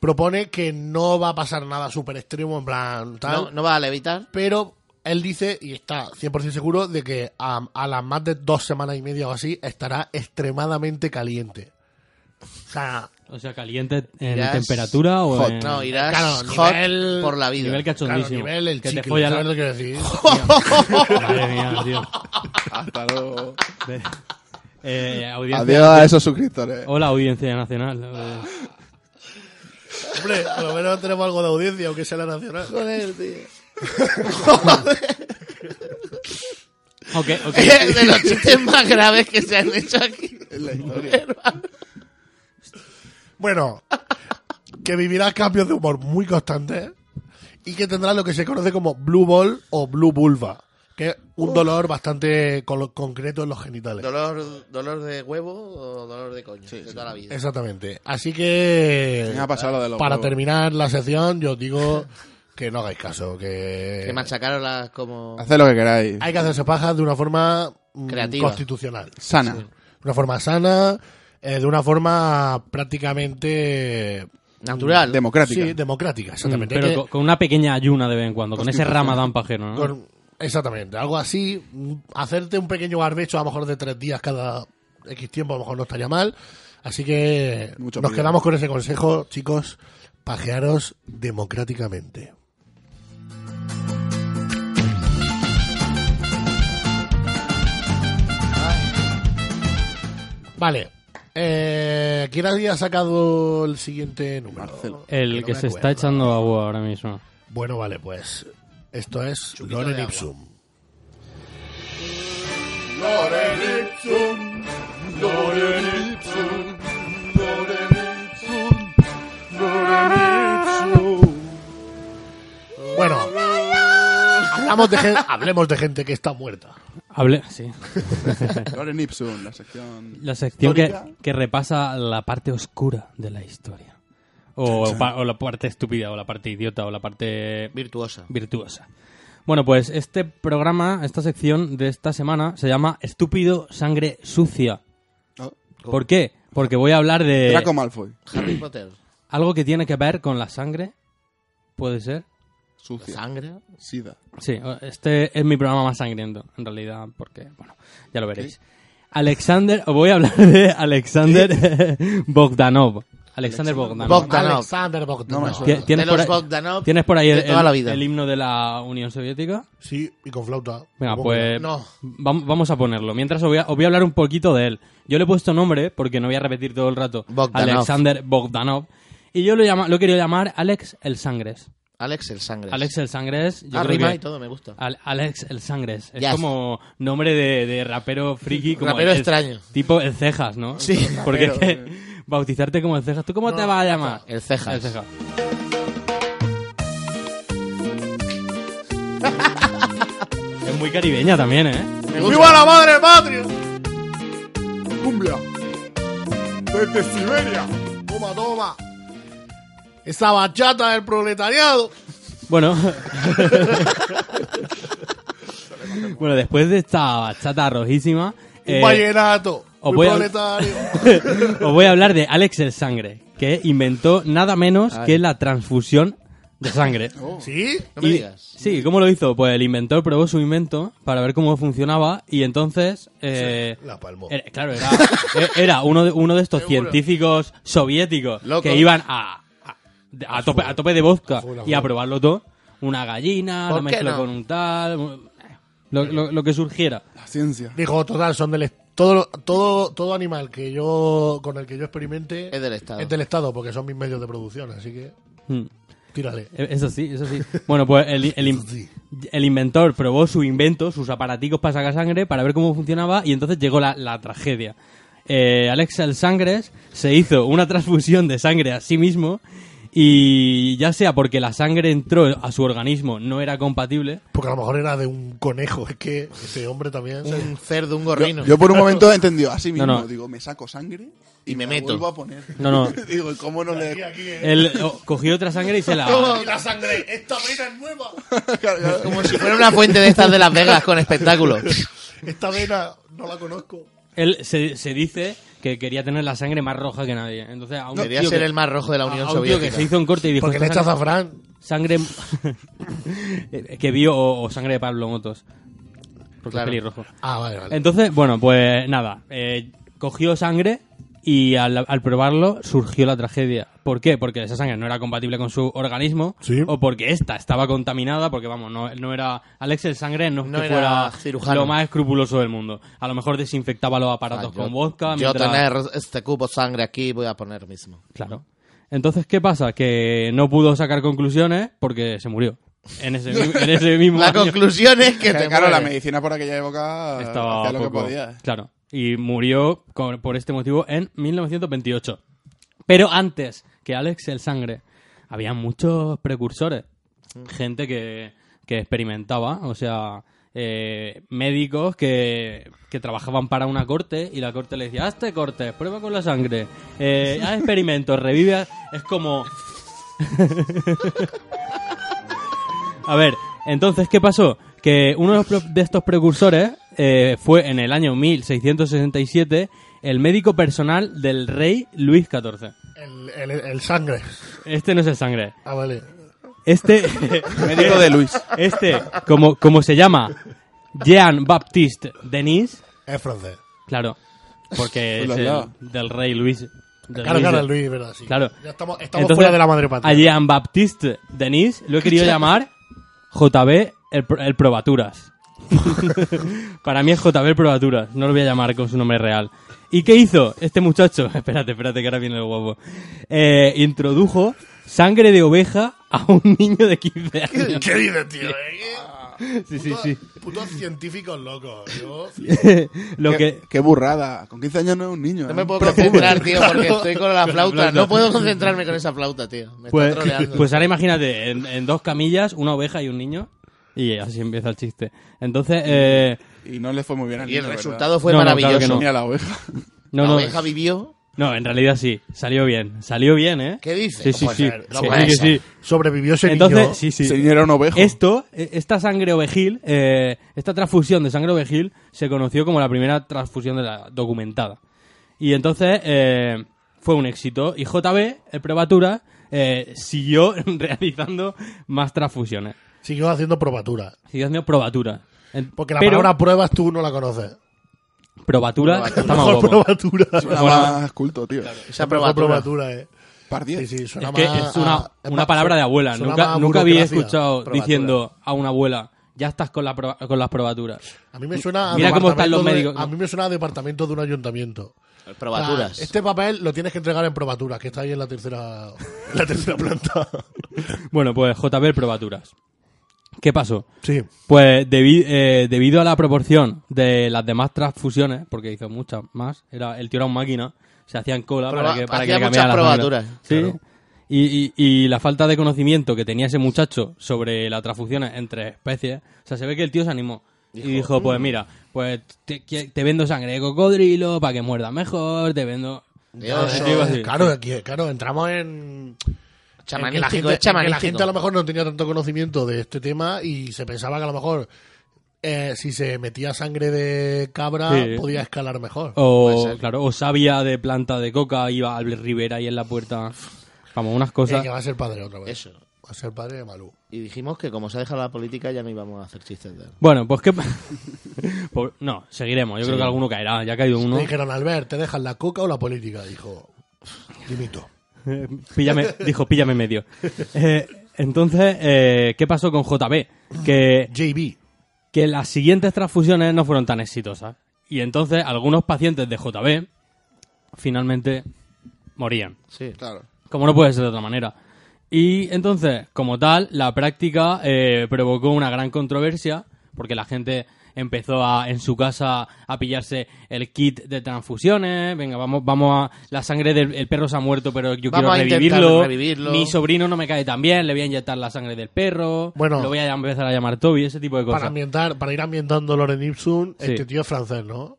Propone que no va a pasar nada súper extremo, en plan tal No, no vas a levitar. pero él dice, y está 100% seguro, de que a, a las más de dos semanas y media o así estará extremadamente caliente. O sea, O sea, caliente en Irás- temperatura o Hot. en... No, irás Claro, hot nivel- por la vida. Nivel claro, cachondísimo. nivel el que chicle, te follan ¿sabes la- lo que quiero decir? Madre mía, tío. Hasta luego. Eh, audiencia- Adiós a esos suscriptores. Hola, audiencia nacional. Eh, Hombre, por lo menos tenemos algo de audiencia, aunque sea la nacional. Ok, ok. Es de los chistes más graves que se han hecho aquí. Es la historia. Bueno, que vivirá cambios de humor muy constantes y que tendrá lo que se conoce como blue ball o blue vulva, que es un dolor bastante colo- concreto en los genitales. Dolor, dolor de huevo o dolor de coño. de toda la vida. Exactamente. Así que... Me ha pasado lo de los Para huevos. terminar la sección, yo os digo que no hagáis caso, que, Que machacaron las como. Haced lo que queráis. hay que hacerse pajas de una forma mm, Creativa. constitucional, de Sana. una forma sana, eh, de una forma prácticamente Natural. Democrática. sí, democrática, exactamente. Eh, Hay Mm. pero que- con, con una pequeña ayuna de vez en cuando, con ese ramadán pajero, ¿no? con- exactamente, algo así, mm, hacerte un pequeño barbecho a lo mejor de tres días cada X tiempo, a lo mejor no estaría mal. Así que Mucho nos cuidado. quedamos con ese consejo, chicos, pajearos democráticamente. Vale. Eh, ¿Quién había sacado el siguiente número? Marcelo. Que El no que me se está acuerdo. echando agua ahora mismo. Bueno, vale, pues esto es Loren de agua. Ipsum. Bueno, hablamos de gen- hablemos de gente que está muerta. Hable, sí. Loren Ipsum, la sección. La sección que, histórica. que repasa la parte oscura de la historia. O, pa- o la parte estúpida, o la parte idiota, o la parte Virtuosa. virtuosa. Bueno, pues este programa, esta sección de esta semana se llama Estúpido Sangre Sucia. Oh, ¿Por qué? Porque voy a hablar de Draco Malfoy. Harry Potter. algo que tiene que ver con la sangre. ¿Puede ser? Sucia. Sangre. Sida. Sí, este es mi programa más sangriento, en realidad, porque, bueno, ya lo veréis. Alexander, os voy a hablar de Alexander Bogdanov. Alexander Bogdanov. Bogdanov. Alexander No me Bogdanov. suena. ¿Tienes, de los por ahí, Bogdanov tienes por ahí de el, toda la el- vida. el himno de la Unión Soviética? Sí, y con flauta. Venga, Supongo pues que- No. vam- vamos a ponerlo. Mientras os voy a, os voy a hablar un poquito de él. Yo le he puesto nombre, porque no voy a repetir todo el rato, Bogdanov. Alexander Bogdanov. Y yo lo, llama, lo he querido llamar Alex el Sangres. Alex el Sangre. Alex el Sangres. Yo Ah, creo rima que- y todo, me gusta. Al- Alex el Sangres. Es Yes. como nombre de, de rapero friki. Como Rapero el- extraño. Tipo el Cejas, ¿no? Sí. Porque es Rapero, que bautizarte como el Cejas. ¿Tú cómo te vas a llamar? El Cejas. El Cejas. es muy caribeña también, ¿eh? ¡Viva la madre patria! ¡Cumbia! ¡Desde Siberia! Toma, toma. Esa bachata del proletariado. Bueno. bueno, después de esta bachata rojísima... Un eh, vallenato. os Un voy a- proletario. Os voy a hablar de Alex el Sangre, que inventó nada menos que la transfusión de sangre. ¿Sí? No me Y- digas. Sí, ¿cómo lo hizo? Pues el inventor probó su invento para ver cómo funcionaba y entonces... eh, La palmó. era- claro, era, e- era uno, de, uno de estos científicos soviéticos Loco. que iban a, a, a tope, a tope de vodka full, a y a full. probarlo todo. Una gallina, ¿Por lo qué mezcló no? con un tal... un- eh, Lo, lo- lo que surgiera. La ciencia. Dijo, total, son del... est- Todo, lo- todo, todo animal que yo con el que yo experimente Es del Estado. es del Estado, porque son mis medios de producción, así que Mm. tírale. Eh, Eso sí, eso sí. Bueno, pues el, el, in- Sí. el inventor probó su invento, sus aparaticos para sacar sangre, para ver cómo funcionaba y entonces llegó la, la tragedia. Eh, Alex el Sangres se hizo una transfusión de sangre a sí mismo y ya sea porque la sangre entró a su organismo no era compatible. Porque a lo mejor era de un conejo, es que ese hombre también... Un cerdo, un Yo, gorrino. yo por un momento he entendido así mismo. no. Digo, me saco sangre y, Y me me meto. vuelvo a poner. No, no. Digo, ¿cómo no le.? Él oh, cogió otra sangre y se la... ¡Y la sangre! ¡Esta vena es nueva! Como si fuera una fuente de estas de Las Vegas con espectáculos. Esta vena no la conozco. Él se, se dice que quería tener la sangre más roja que nadie. Entonces, a un Quería tío ser que- el más rojo de la a Unión un tío que Soviética. se hizo un corte y dijo... Porque le "Esta echas sangre- azafrán. sangre eh, que vio o, o sangre de Pablo Motos. Porque Claro. es pelirrojo. Ah, vale, vale. Entonces, bueno, pues nada. eh, cogió sangre y al, al probarlo surgió la tragedia. ¿Por qué? Porque esa sangre no era compatible con su organismo. Sí. O porque esta estaba contaminada, porque vamos, no, no era. Alex el sangre no, es No que era fuera cirujano. lo más escrupuloso del mundo. A lo mejor desinfectaba los Ah, aparatos yo- con vodka. Yo mientras- tener este cubo sangre aquí voy a poner mismo. Claro. Entonces, ¿qué pasa? Que no pudo sacar conclusiones porque se murió. En ese, mi- en ese mismo La año. conclusión es que Que, te claro, la mueres. medicina por aquella época Estaba hacía lo poco- que podía. Claro. Y murió con- por este motivo en 1928. Pero antes que Alex el Sangre, había muchos precursores. Gente que, que experimentaba, o sea, eh, médicos que, que trabajaban para una corte y la corte le decía, hazte cortes, prueba con la sangre, eh, haz experimentos, revive. Es como, A ver, entonces, ¿qué pasó? Que uno de, los pro- de estos precursores eh, fue en el año 1667 el médico personal del rey Luis XIV. El, el, el sangre. Este no es el sangre. Ah, vale. Este. Médico de Luis. Este, como, como se llama Jean-Baptiste Denis, Es francés. claro, porque Pues es el Ulala. del rey Luis. del Claro, claro, de- Luis, verdad, sí. Claro. Ya estamos, estamos fuera de la madre patria. A Jean-Baptiste Denis lo he querido llamar JB el, pro- el Probaturas. Para mí es JB el Probaturas, no lo voy a llamar con su nombre real. ¿Y qué hizo este muchacho? Espérate, espérate, que ahora viene el guapo. Eh, introdujo sangre de oveja a un niño de 15 años. ¿Qué dices, tío? eh? Sí, sí, Putos- sí. Putos científicos locos. Yo, Lo que, Qué, qué burrada. Con 15 años no es un niño. No ¿eh? me puedo Prejuve. concentrar, tío, porque estoy con la flauta. flauta. No puedo concentrarme con esa flauta, tío. Me está Pues, troleando. pues ahora imagínate, en, en dos camillas, una oveja y un niño. Y así empieza el chiste. Entonces, eh, Y no le fue muy bien al Y el niño, ¿verdad? resultado fue No, no, claro que maravilloso. no. Ni a la oveja. no, la no, oveja vivió. no, en realidad sí, salió bien, salió bien, ¿eh? ¿Qué dices? Sí, sí, Pues, Joder, sí, no sí, puede sí, ser. sí. Sobrevivió ese niño. Entonces, sí, sí. Se era un ovejo. Esto, e- esta sangre ovejil, eh, esta transfusión de sangre ovejil se conoció como la primera transfusión de la documentada. Y entonces eh, fue un éxito. Y JB, el Probatura, eh, siguió realizando más transfusiones. Siguió haciendo probatura. Siguió haciendo probaturas. En- Porque la pero, palabra pruebas tú no la conoces. probatura está más Mejor guapo. probatura. Suena más culto, tío. Esa Mejor probatura. probatura, eh. Par diez. Sí, sí, suena Es que más es una, a- es una más- palabra de abuela. suena Nunca, más nunca había burocracia. escuchado Probatura. diciendo a una abuela, ya estás con, la proba- con las probaturas. A mí me suena a Mira cómo están departamento los de- médicos. a mí me suena a departamento de un ayuntamiento. O Probaturas. sea, este papel lo tienes que entregar en probaturas, que está ahí en la tercera, en la tercera planta. Bueno, pues JB probaturas. ¿Qué pasó? Sí. Pues debi- eh, debido a la proporción de las demás transfusiones, porque hizo muchas más, era el tío era un máquina, se hacían cola Proba- para que, para que hacía le cambiaran muchas la sangre. probaturas, Sí. claro. Y, y- y la falta de conocimiento que tenía ese muchacho sobre las transfusiones entre especies, o sea, se ve que el tío se animó y dijo, "Mm". pues mira, pues te, que- te vendo sangre de cocodrilo para que muerda mejor, te vendo... Ah, Dios, este- Sí, iba así. Claro, aquí- claro, entramos en, en que la chamanístico, gente, es chamanístico. en que la gente a lo mejor no tenía tanto conocimiento de este tema y se pensaba que a lo mejor eh, si se metía sangre de cabra Sí. Oh, podía escalar mejor. O, claro, o sabia de planta de coca, iba al Rivera y en la puerta... Vamos, unas Eh, cosas... que va a ser padre otra vez. Eso. Va a ser padre de Malú. Y dijimos que como se ha dejado la política ya no íbamos a hacer chistes de él. Bueno, pues qué. pa- Pues, no, seguiremos. Yo creo que alguno caerá. Ya ha caído uno. Le dijeron, Albert, ¿te dejan la coca o la política? Dijo, dimito. Eh, píllame, dijo, píllame en medio. Eh, entonces, eh, ¿qué pasó con JB? Que, JB. que las siguientes transfusiones no fueron tan exitosas. Y entonces, algunos pacientes de JB finalmente morían. Sí. Claro. Como no puede ser de otra manera. Y entonces, como tal, la práctica eh, provocó una gran controversia porque la gente empezó a, en su casa a pillarse el kit de transfusiones. Venga, vamos, vamos a. La sangre del el perro se ha muerto, pero yo Vamos a quiero intentar revivirlo. revivirlo. Mi sobrino no me cae tan bien, le voy a inyectar la sangre del perro. Bueno. lo voy a empezar a llamar Toby, ese tipo de Para, cosas. ambientar, para ir ambientando Loren Ipsum, Sí. este tío es francés, ¿no?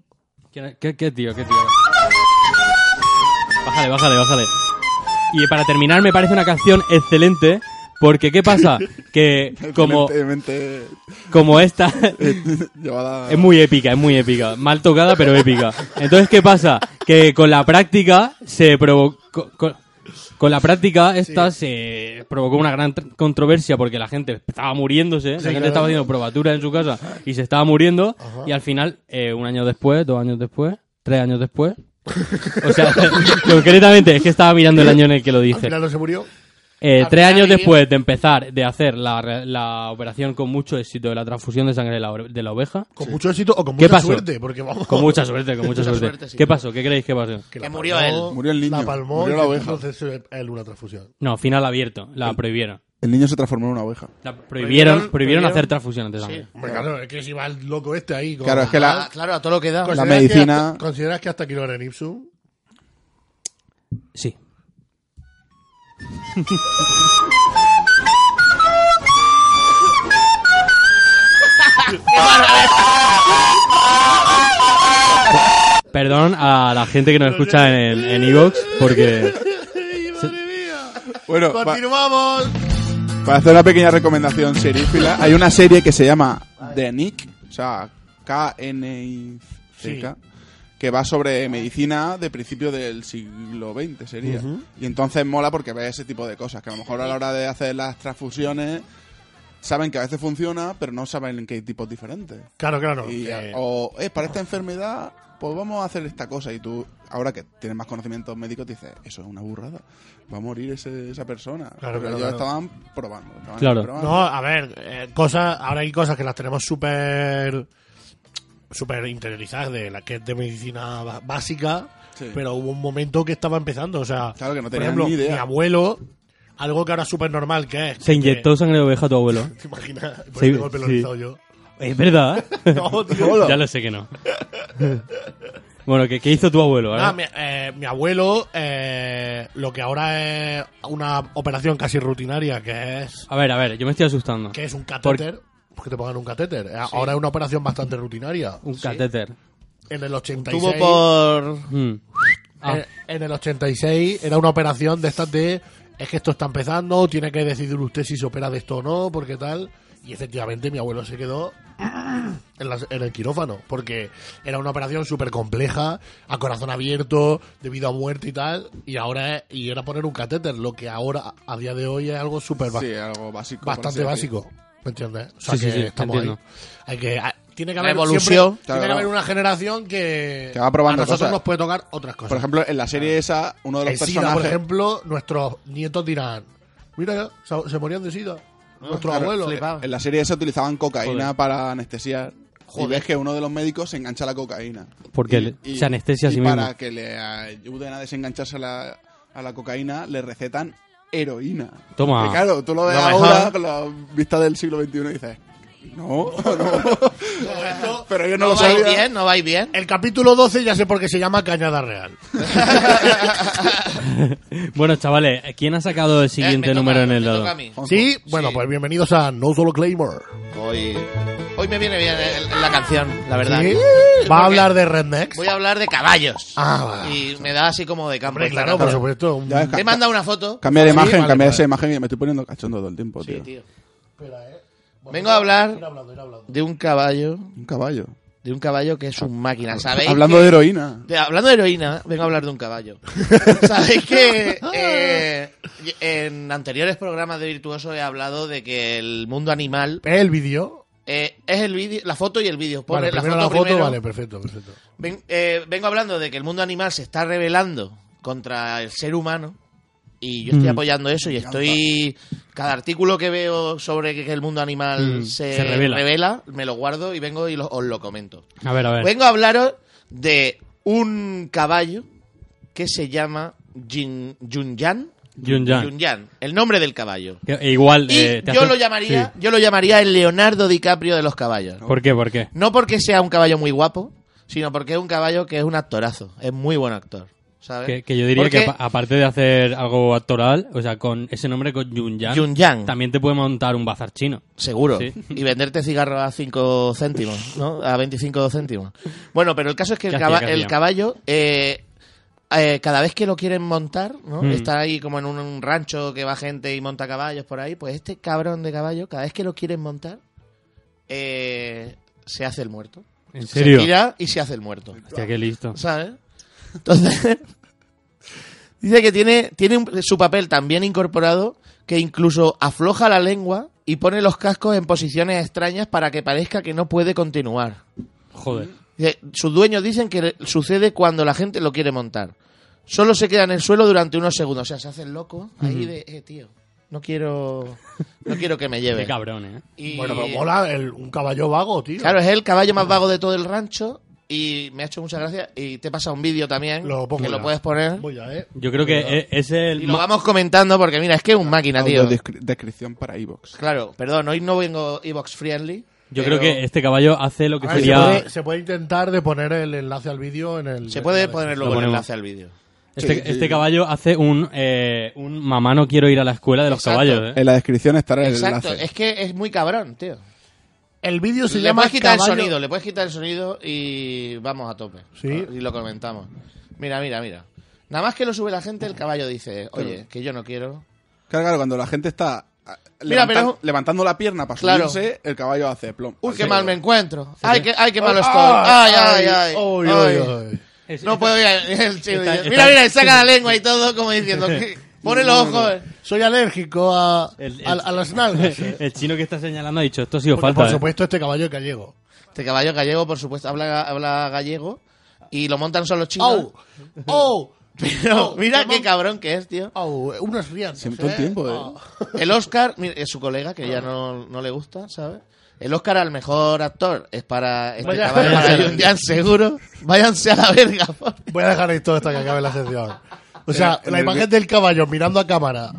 ¿Quién es? ¿Qué, qué tío? ¿Qué tío? Bájale, bájale, bájale. Y para terminar, me parece una canción excelente. Porque, ¿qué pasa? Que como, Evidentemente, como esta llevada... es muy épica, es muy épica. Mal tocada, pero épica. Entonces, ¿qué pasa? Que con la práctica se provocó... Con, con la práctica esta se provocó una gran tr- controversia porque la gente estaba muriéndose, la gente claro. estaba haciendo probaturas en su casa y se estaba muriendo y al final, eh, un año después, dos años después, tres años después... O sea, concretamente, es que estaba mirando el año en el que lo Al dice. final no se murió. Eh, Al tres final años vivió- después de empezar, de hacer la, re- la operación con mucho éxito de la transfusión de sangre de la, ore- de la oveja, Con mucho éxito o con ¿Qué mucha pasó? suerte, porque vamos. con mucha suerte, con mucha Mucha suerte. suerte, sí. ¿Qué pasó? ¿Qué creéis que pasó? la Que murió palmó- él. Murió el niño, La palmó murió y la oveja. entonces eh, él una transfusión. No, final abierto, la prohibieron. El niño se transformó en una oveja. La prohibieron, Prohibieron- prohibieron prohibieron- hacer transfusiones de sangre. Hombre, claro, es que si va el loco este ahí. con- Claro, es que Ah, la... claro, a todo lo que da. ¿Consideras la que medicina- hasta- ¿Consideras que hasta aquí Loren Ipsum? Sí. Perdón a la gente que nos escucha en, en Evox, porque Bueno, pa- ¡Continuamos! para hacer una pequeña recomendación serífila, hay una serie que se llama The Nick, o sea, K-N-I-C-K, que va sobre medicina de principio del siglo XX, sería. Y entonces mola porque ve ese tipo de cosas, que a lo mejor a la hora de hacer las transfusiones saben que a veces funciona, pero no saben en qué tipos diferentes. Claro, claro. Y, que- O, eh, para esta enfermedad, pues vamos a hacer esta cosa. Y tú, ahora que tienes más conocimientos médicos, te dices, eso es una burrada. Va a morir ese- esa persona. Pero Claro, claro, ellos claro. estaban probando. estaban Claro. probando. No, a ver, eh, cosas, ahora hay cosas que las tenemos súper súper interiorizadas de la que es de medicina ba- básica, Sí. pero hubo un momento que estaba empezando, o sea, Claro que no por tenían ejemplo, ni idea. mi abuelo, algo que ahora es súper normal que es se que- inyectó sangre de oveja a tu abuelo. ¿Te imaginas? Por Sí, eso tengo el pelo sí. rizado yo. Es verdad. No, tío. ya lo sé que no. bueno, ¿qué, qué hizo tu abuelo? Nada, ahora? mi, eh, mi abuelo, eh, lo que ahora es una operación casi rutinaria, que es A ver, a ver, yo me estoy asustando. que es un Por- catéter. que te pongan un catéter. A- Ahora es una operación bastante rutinaria. Un catéter. En el 86. Tuvo por... Mm. Ah. eh, En el 86 era una operación de estas de. Es que esto está empezando, tiene que decidir usted si se opera de esto o no, porque tal. Y efectivamente mi abuelo se quedó en, las- en el quirófano, porque era una operación súper compleja, a corazón abierto, de vida o muerte y tal. Y ahora es- y era poner un catéter, lo que ahora, a día de hoy, es algo súper Sí, algo básico. por así bastante decir. básico. ¿Me entiendes? O sea, Sí, sí, que sí, te estamos ahí. entiendo. Hay que, ah, tiene que La haber evolución. siempre- tiene Claro, que haber claro. una generación que, Que va probando a nosotros cosas. nos puede tocar otras cosas. Por ejemplo, en la serie esa, uno de los el SIDA, personajes. por ejemplo, nuestros nietos dirán: Mira, se, se morían de SIDA. Nuestros Claro, abuelos. Ah, flipaba. En la serie esa utilizaban cocaína Joder. para anestesiar. Joder. Y ves que uno de los médicos se engancha a la cocaína. Porque Y- le- y- se anestesia a y sí para mismo. que le ayuden a desengancharse a la, a la cocaína, le recetan heroína. Toma. Que claro, tú lo ves No me ahora jodas. con la vista del siglo XXI y dices, no, no. esto Pero yo no, No lo vais sabía. bien, no vais bien. El capítulo 12 ya sé por qué se llama Cañada Real. bueno, chavales, ¿quién ha sacado el siguiente Eh, me toca, número en el me dado? toca a mí. ¿Sí? Bueno, Sí. pues bienvenidos a No Solo Claymore. Hoy, hoy me viene bien eh, el- la canción, la verdad. ¿Sí? Porque ¿Va a hablar de Rednecks? Voy a hablar de caballos. Ah, vale. Y me da así como de campo. Hombre, esta claro, por canción. supuesto. un- Ya ves, Te he mandado una foto. Cambia de Sí, imagen, vale, cambia vale. esa imagen y me estoy poniendo cachondo todo el tiempo, Sí, tío. tío. Espera, eh. Bueno, Vengo a hablar- ir hablando, ir hablando. De un caballo, Un caballo. de un caballo que es un máquina, ¿sabéis? Hablando que- de heroína. de- hablando de heroína, vengo a hablar de un caballo. ¿Sabéis que eh, en anteriores programas de Virtuoso he hablado de que el mundo animal El vídeo. eh, es el vídeo, la foto y el vídeo? Pone Vale, la primero foto, la foto, primero. vale, perfecto, perfecto. Ven- eh, vengo hablando de que el mundo animal se está rebelando contra el ser humano y yo estoy Mm. apoyando eso y estoy cada artículo que veo sobre que que el mundo animal Mm, se, se revela. revela. me lo guardo y vengo y lo- os lo comento. A ver, a ver. Vengo a hablaros de un caballo que se llama Jin, Junyan. Yun-Yang. Junyan, el nombre del caballo. Que- e igual. Y eh, te yo hace- lo llamaría, Sí. yo lo llamaría el Leonardo DiCaprio de los caballos. ¿Por qué? ¿Por qué? No porque sea un caballo muy guapo, sino porque es un caballo que es un actorazo. Es muy buen actor. ¿Sabes? Que, que yo diría Porque que apa- aparte de hacer algo actoral, o sea, con ese nombre, con Yun Yang, Yun Yang. también te puede montar un bazar chino. Seguro. Sí. Y venderte cigarros a 5 céntimos, ¿no? A 25 céntimos. Bueno, pero el caso es que el, ¿Qué hacía, caba- qué hacía? el caballo, eh, eh, cada vez que lo quieren montar, ¿no? Mm. Está ahí como en un, un rancho que va gente y monta caballos por ahí. Pues este cabrón de caballo, cada vez que lo quieren montar, eh, se hace el muerto. ¿En serio? Se tira y se hace el muerto. Hostia, qué listo. ¿sabes? Entonces, dice que tiene, tiene un- su papel tan bien incorporado que incluso afloja la lengua y pone los cascos en posiciones extrañas para que parezca que no puede continuar. Joder. Dice, sus dueños dicen que le- sucede cuando la gente lo quiere montar. Solo se queda en el suelo durante unos segundos. O sea, se hacen locos ahí de, eh, tío, no quiero, no quiero que me lleve. Qué cabrón, ¿eh? Y- Bueno, pero mola el- un caballo vago, tío. Claro, es el caballo más vago de todo el rancho y me ha hecho mucha gracia. Y te pasa un vídeo también Lo pongo que ya. lo puedes poner. Voy a, eh. Yo creo que e- es el. Y lo ma- vamos comentando porque, mira, es que es un máquina, tío. Audiodescri- descripción para Evox. Claro, perdón, hoy no vengo Evox friendly. Yo creo pero que este caballo hace lo que Ah, sería. se, puede, se puede intentar de poner el enlace al vídeo en el... Se puede en la- poner Lo luego el ponemos. enlace al vídeo. Este, Sí, sí. este caballo hace un, eh, un mamá no quiero ir a la escuela de los Exacto. caballos, ¿eh? En la descripción estará el Exacto, enlace. es que es muy cabrón, tío. El vídeo se le llama puedes quitar caballo- el sonido, le puedes quitar el sonido y vamos a tope. Sí. Y lo comentamos. Mira, mira, mira. Nada más que lo sube la gente, el caballo dice, oye, que yo no quiero. Claro, claro, cuando la gente está ah, Mira, levantan- pero- levantando la pierna para Claro. subirse, el caballo hace plom. Uy, al qué suelo. mal me encuentro. Ay, qué, ay, qué malo estoy. Ay, Ay, ay, ay. Ay, Ay. ay, ay. Es- No es- puedo ir. El chico Está- está- dice, mira, mira, y saca la lengua y todo como diciendo, que- pone los ojos. Soy alérgico a, El- el- a, a las nalgas. eh. El chino que está señalando ha dicho, esto ha sido Porque, falta. por ¿eh? supuesto, este caballo es gallego. Este caballo gallego, por supuesto, habla, habla gallego y lo montan solo chinos. ¡Oh! ¡Oh! Pero mira qué mon- cabrón que es, tío. ¡Oh! Unos riantos, Siempre todo eh. el tiempo, eh. Oh. El Oscar, mira, es su colega, que ya no, no le gusta, ¿sabes? El Oscar al mejor actor es para este Vaya- caballo, para Vaya- Jundian, seguro. Váyanse a la verga. por- Voy a dejar esto hasta que acabe la sección. O sea, En- en la el imagen vi- del caballo mirando a cámara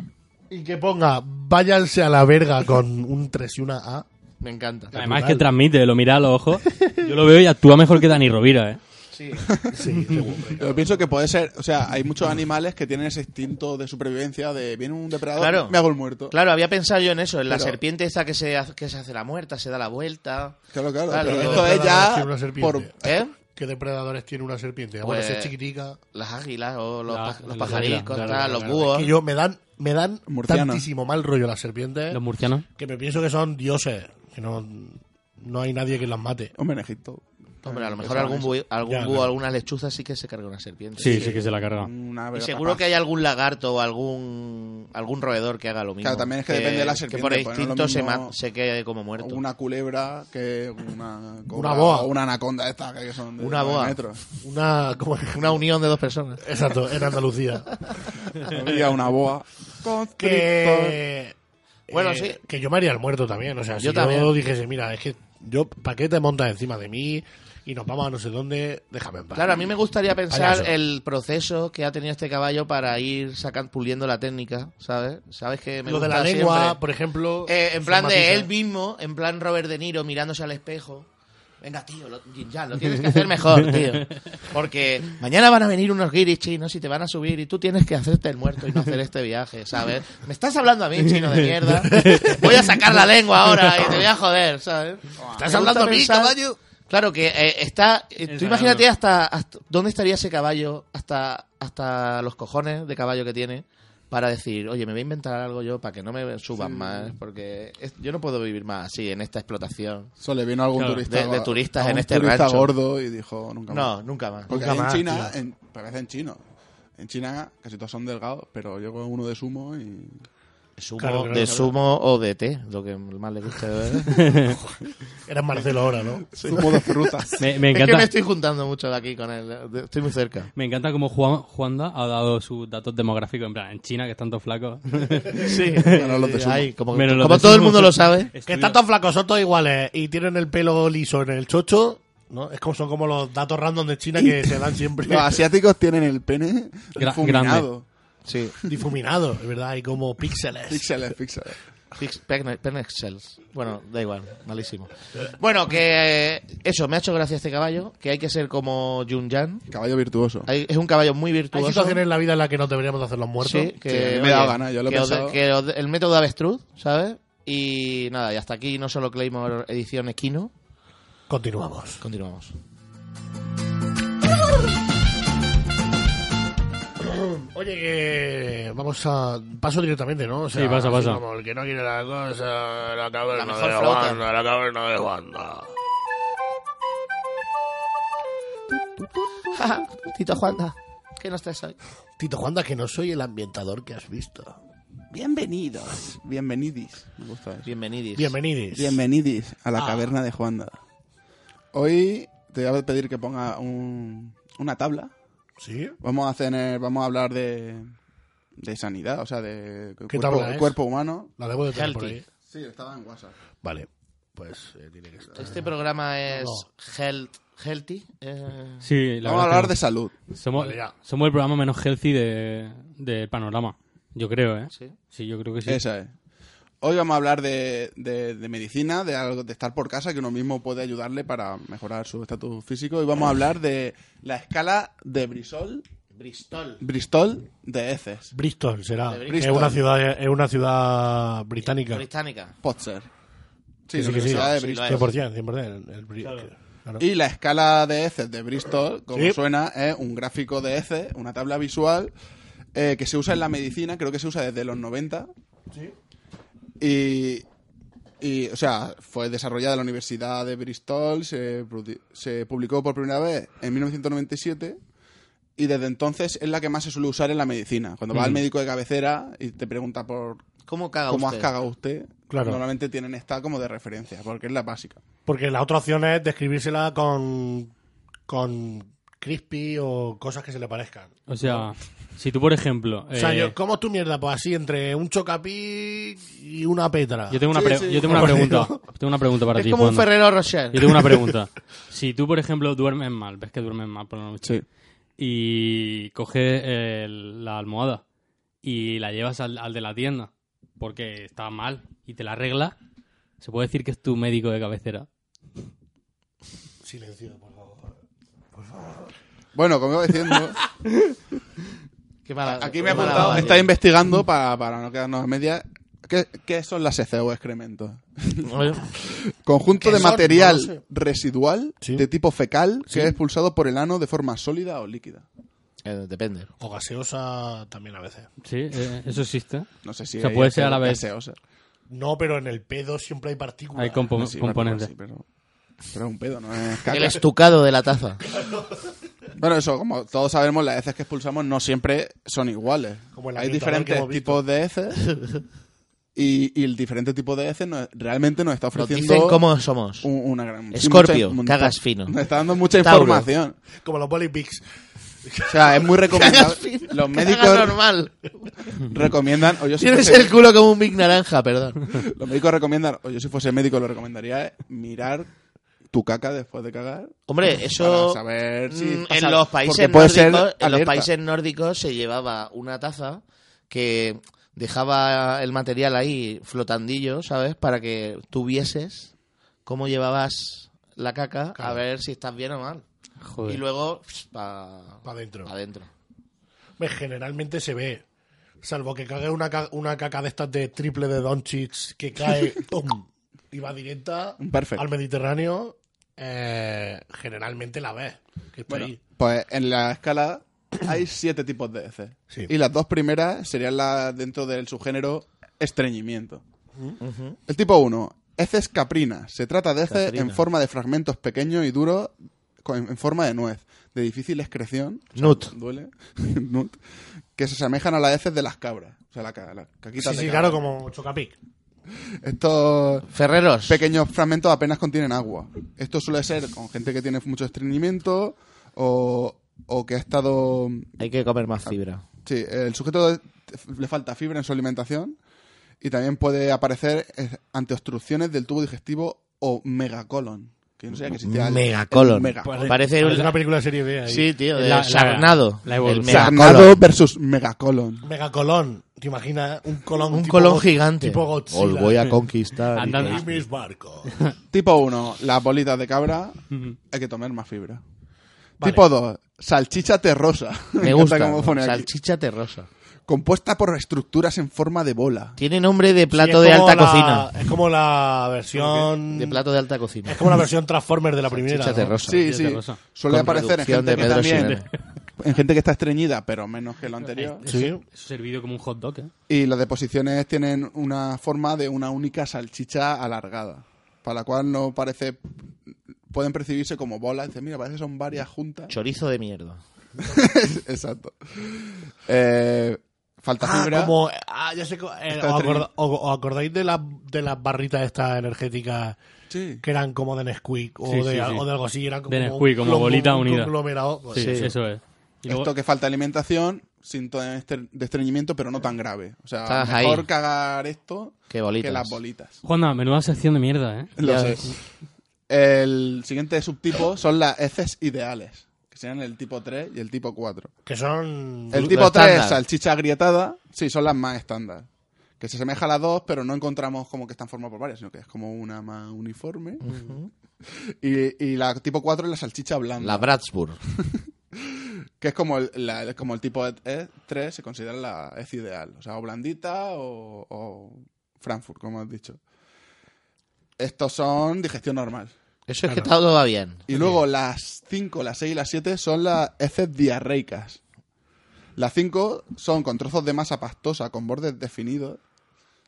y que ponga váyanse a la verga con un 3 y una A. Me encanta. Además es brutal. que transmite, lo mira a los ojos. Yo lo veo y actúa mejor que Dani Rovira, ¿eh? sí. Sí, seguro. ¿eh? Yo pienso que puede ser, o sea, hay muchos animales que tienen ese instinto de supervivencia de viene un depredador, Claro. me hago el muerto. Claro, había pensado yo en eso, en la Pero- serpiente esta que se, hace- que se hace la muerta, se da la vuelta. Claro, claro, Claro, pero los esto es depredadores tienen una ya serpiente. por ¿Eh? ¿Qué depredadores tiene una serpiente? Bueno, Pues- si es chiquitica. Las águilas o los, La- pa- los las águilas, pajaricos, tal, claro, los claro. búhos. Que yo me dan, me dan Murciana. tantísimo mal rollo las serpientes Los murcianos. que me pienso que son dioses. Que no, no hay nadie que las mate. hombre en Egipto. Hombre, a lo mejor algún búho, algún Ya, búho, claro. alguna lechuza sí que se carga una serpiente. Sí, sí que se la carga. Una Y ave seguro capaz. que hay algún lagarto o algún algún roedor que haga lo mismo. Claro, también es que depende de la serpiente, Que por pues no es lo instinto se, mismo- ma- se quede como muerto. una culebra que una cobra boa. o una anaconda esta que son de Una nueve boa. metros. Una, como- Una unión de dos personas. exacto, en Andalucía. Había una boa. Constrictor. que Bueno, eh, sí. que yo me haría el muerto también o sea si Yo yo, también. dijese mira es que yo para qué te montas encima de mí y nos vamos a no sé dónde déjame en paz Claro, a mí me gustaría pensar Payaso. el proceso que ha tenido este caballo para ir sacan, puliendo la técnica, ¿sabes? ¿Sabes que me lo de la gusta lengua siempre? por ejemplo Eh, en son plan de matices. él mismo, en plan Robert De Niro mirándose al espejo. Venga, tío, lo, ya, lo tienes que hacer mejor, tío. Porque mañana van a venir unos guiris chinos y te van a subir y tú tienes que hacerte el muerto y no hacer este viaje, ¿sabes? Me estás hablando a mí, chino de mierda. Voy a sacar la lengua ahora y te voy a joder, ¿sabes? estás Me hablando a gusta mí pensar- caballo Claro que eh, está. eh, tú Ensalado. imagínate hasta, hasta- dónde estaría ese caballo, hasta, hasta los cojones de caballo que tiene, para decir, oye, me voy a inventar algo yo para que no me suban más, porque es- yo no puedo vivir más así en esta explotación. Eso le vino a algún Claro, turista. de- de a- turistas a en un este turista rancho. gordo y dijo nunca más. No, nunca más. Porque Nunca en más, China, tío. en, parecen chinos. En China casi todos son delgados, pero yo con uno de sumo y. Sumo- Claro, claro, de claro. sumo o de té, lo que más le guste beber. eras Marcelo ahora no Zumo de fruta. Me, me Es que encanta. me estoy juntando mucho aquí con él, estoy muy cerca. Me encanta cómo Juan, Juanda ha dado sus datos demográficos. En plan, en China, que están todos flacos. Eh, Sí, los de sumo. Ay, como, Menos los como de todo el sumo. mundo lo sabe. que Estudio- están todos flacos son todos iguales y tienen el pelo liso en el chocho ¿no? es como son como los datos random de China que se dan siempre Los asiáticos tienen el pene Gra- difuminado. Sí, difuminados es verdad hay como píxeles Píxeles, píxeles. Pix- Perne- Pernexels. Bueno, da igual, malísimo. Bueno, que eh, eso, me ha hecho gracia este caballo, que hay que ser como Jun Jan. Caballo virtuoso. Hay- es un caballo muy hay virtuoso. situaciones en la vida en las que no deberíamos de hacer los muertos Pues Sí, que, Sí, a mí me da oye, gana, yo lo he que os de- pensado. que os de- el método de avestruz, ¿sabes? Y nada, y hasta aquí no solo Claymore edición Equino. continuamos Continuamos. Oye, que vamos a. Paso directamente, ¿no? O sea, Sí, pasa, así pasa. Como el que no quiere la cosa, la La caverna mejor de flauta. Wanda, la caverna de Wanda. Jaja, Tito Juanda, ¿qué nos traes hoy? Tito Juanda, que no soy el ambientador que has visto. Bienvenidos. Bienvenidis. Me gusta eso. Bienvenidis. Bienvenidos. Bienvenidis a la Ah. caverna de Juanda. Hoy te voy a pedir que ponga un- una tabla. ¿Sí? Vamos a hacer, vamos a hablar de, de sanidad, o sea, de ¿Qué cuerpo, tabla es? cuerpo humano. La debo de tener por Healthy. ahí. Sí, estaba en WhatsApp. Vale. Pues eh, tiene que estar. Este programa es health, healthy. eh, Sí, la Vamos a verdad hablar es de salud. que Somos, Vale, ya. somos el programa menos healthy de- del panorama. Yo creo, ¿eh? Sí. yo creo que sí. Esa es. Hoy vamos a hablar de, de- de medicina, de algo de estar por casa, que uno mismo puede ayudarle para mejorar su estatus físico. Y vamos a hablar de la escala de Bristol, Bristol. Bristol de heces. Bristol será. De Que Bristol. Es una ciudad, es una ciudad británica. Británica. Potser. Sí, la Que sí, que sí. Universidad de Sí, Bristol. 100%, 100%. El, el Bri- claro. Y la escala de heces de Bristol, como Sí. suena, es un gráfico de heces, una tabla visual eh, que se usa en la medicina, creo que se usa desde los 90. Y, y, o sea, fue desarrollada en la Universidad de Bristol, se, produ- se publicó por primera vez en 1997 y desde entonces es la que más se suele usar en la medicina. Cuando Mm. va al médico de cabecera y te pregunta por ¿Cómo caga cómo has usted? cagado usted, Claro. normalmente tienen esta como de referencia, porque es la básica. Porque la otra opción es describírsela con. con crispy o cosas que se le parezcan. O sea, si tú, por ejemplo... O sea, eh, yo, ¿cómo es tu mierda? Pues así, entre un chocapí y una petra. yo tengo una, Sí, pre- sí. yo tengo una Bueno. pregunta. Tengo una pregunta para Es ti, como un Juanda. Ferrero Rocher. Yo tengo una pregunta. Si tú, por ejemplo, duermes mal, ves que duermes mal por la noche, Sí. y coges el- la almohada y la llevas al, al de la tienda porque está mal y te la arregla, se puede decir que es tu médico de cabecera. Silencio, por favor. Bueno, como iba diciendo, Qué mala- aquí me he qué mala apuntado, baba, está tío. investigando para, para no quedarnos a medias. ¿Qué, qué son las heces o excrementos? Conjunto ¿Qué de son? material No lo sé. residual Sí. de tipo fecal que es expulsado por el ano de forma sólida o líquida. Eh, depende. O gaseosa también a veces. Sí, eh, eso existe. No sé si O sea, hay puede ser heces a la vez. gaseosas. No, pero en el pedo siempre hay partículas. Hay compo- No, sí, una cosa componentes. así, pero, pero es un pedo, no es El caca. estucado de la taza. Bueno, eso, como todos sabemos, las heces que expulsamos no siempre son iguales. Como el Hay ambientador que diferentes hemos visto. tipos de heces y, y el diferente tipo de heces nos- realmente nos está Nos ofreciendo dicen cómo somos. un- una gran... Escorpio, mucha- cagas fino. Nos está dando mucha Tauro. información. Como los Bolipics. O sea, es muy Cagas recomendable. fino, Los cagas médicos normal. recomiendan... O yo si Tienes fuese- el culo como un Big Naranja, perdón. Los médicos recomiendan, o yo si fuese médico lo recomendaría, eh, mirar tu caca después de cagar. Hombre, eso... Para saber si Mm, pasa- en los porque países puede ser nórdicos, en los alerta. países nórdicos se llevaba una taza que dejaba el material ahí flotandillo, ¿sabes? Para que tú vieses cómo llevabas la caca a ver si estás bien o mal. Joder. Pues Y luego para Pa' dentro. adentro. Hombre, Generalmente se ve. Salvo que cague una, ca- una caca de estas de triple de Doncic que cae ¡pum! y va directa Un perfecto. al Mediterráneo. eh, generalmente la ves. Que está Bueno, ahí. pues en la escala hay siete tipos de heces. Sí. Y las dos primeras serían las dentro del subgénero estreñimiento. El tipo E 1, heces caprinas. Se trata de heces en forma de fragmentos pequeños y duros con- en forma de nuez, de difícil excreción. Nut. Duele. Nut. Que se asemejan a las heces de las cabras. O sea, la, ca- la Sí, caquita sí, de cabra. claro, como Chocapic. Estos Ferreros. pequeños fragmentos apenas contienen agua. Esto suele ser con gente que tiene mucho estreñimiento o, o que ha estado... Hay que comer más fibra. Sí, el sujeto le falta fibra en su alimentación y también puede aparecer eh, ante obstrucciones del tubo digestivo o megacolon. Que yo no sabía que existía el- Megacolon. Pues, el megacolon. Parece Es un... una película de serie B ahí. Sí, tío, de La- la- sarnado. la el evolución. megacolon. Sarnado versus megacolon. Megacolón. ¿Te imaginas? Un colón Un tipo- colón gigante. Tipo Godzilla. conquistar. Andando. Y mis barcos. Tipo 1, las bolitas de cabra, hay que tomar más fibra. Vale. Tipo 2, salchicha terrosa. Me encanta gusta. cómo pone aquí. Salchicha terrosa. compuesta por estructuras en forma de bola. Tiene nombre de Sí, es plato de como alta la- cocina. Es como la versión. De plato de alta cocina. Es como la versión Transformers de la primera. Salchicha ¿no? Mm. terrosa. Sí, Salchicha sí. terrosa. Suele Con aparecer en reducción gente de que Pedro también, Ximénez. en gente que está estreñida, pero menos que la Este. anterior. Sí. Eso, eso servido como un hot dog, ¿eh? Y las deposiciones tienen una forma de una única salchicha alargada, para la cual no parece pueden percibirse como bolas. Dice, mira, parece que son varias juntas. Chorizo de mierda. Exacto. Eh, falta Ah, fibra. como. Ah, ya sé. co- eh, Está ¿os, estreñido. acorda- o- os acordáis de, la- de las barritas estas energéticas Sí. que eran como de Nesquik o, Sí, de, sí, sí. o de algo así? Eran como De Nesquik, como clon- bolita unida. conglomerado, pues, Sí, eso es. Y luego- Esto que falta alimentación, síntomas de estre- de estreñimiento, pero no tan grave. O sea, Estás mejor ahí. cagar esto Qué que bolitas. las bolitas. Juanma, menuda sección de mierda, ¿eh? Lo Ya sé. ves. El siguiente subtipo son las heces ideales, que serían el tipo 3 y el tipo 4. Que son. El Lo tipo 3 estándar. es salchicha agrietada, sí, son las más estándar. Que se asemeja a las dos, pero no encontramos como que están formadas por varias, sino que es como una más uniforme. y, y la tipo 4 es la salchicha blanda, La Bratsburg. que es como el, la- es como el tipo 3 se considera la hez ideal. O sea, o blandita o, o Frankfurt, como has dicho. Estos son digestión normal. Eso es que todo va bien. Y luego las 5, las 6 y las 7 son las heces diarreicas. Las 5 son con trozos de masa pastosa con bordes definidos.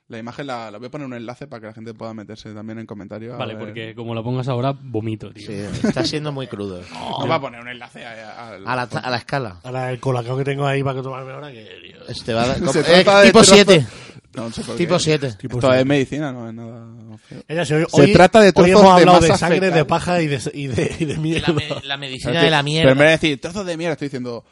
La imagen la, la voy a poner un enlace para que la gente pueda meterse también en comentarios. a Vale, ver. porque como lo pongas ahora, vomito, tío. Sí, está siendo muy crudo. No Ah, Oh, va a poner un enlace a, a- A la, ta- a la escala. Ahora el colacao que tengo ahí para que tomarme ahora. Que, Dios. Este va a dar- Se como- eh, trata de tipo trozos- 7. No, no sé por Tipo qué. 7. Tipo Esto es siete. medicina, no es nada feo. Ella se, hoy, Se trata de hoy trozos hemos de hablado de, masa sangre, fecal. de paja y de, y de, y de mierda. La, me- la medicina Pero de la estoy- mierda. Pero en vez de decir trozos de mierda, estoy diciendo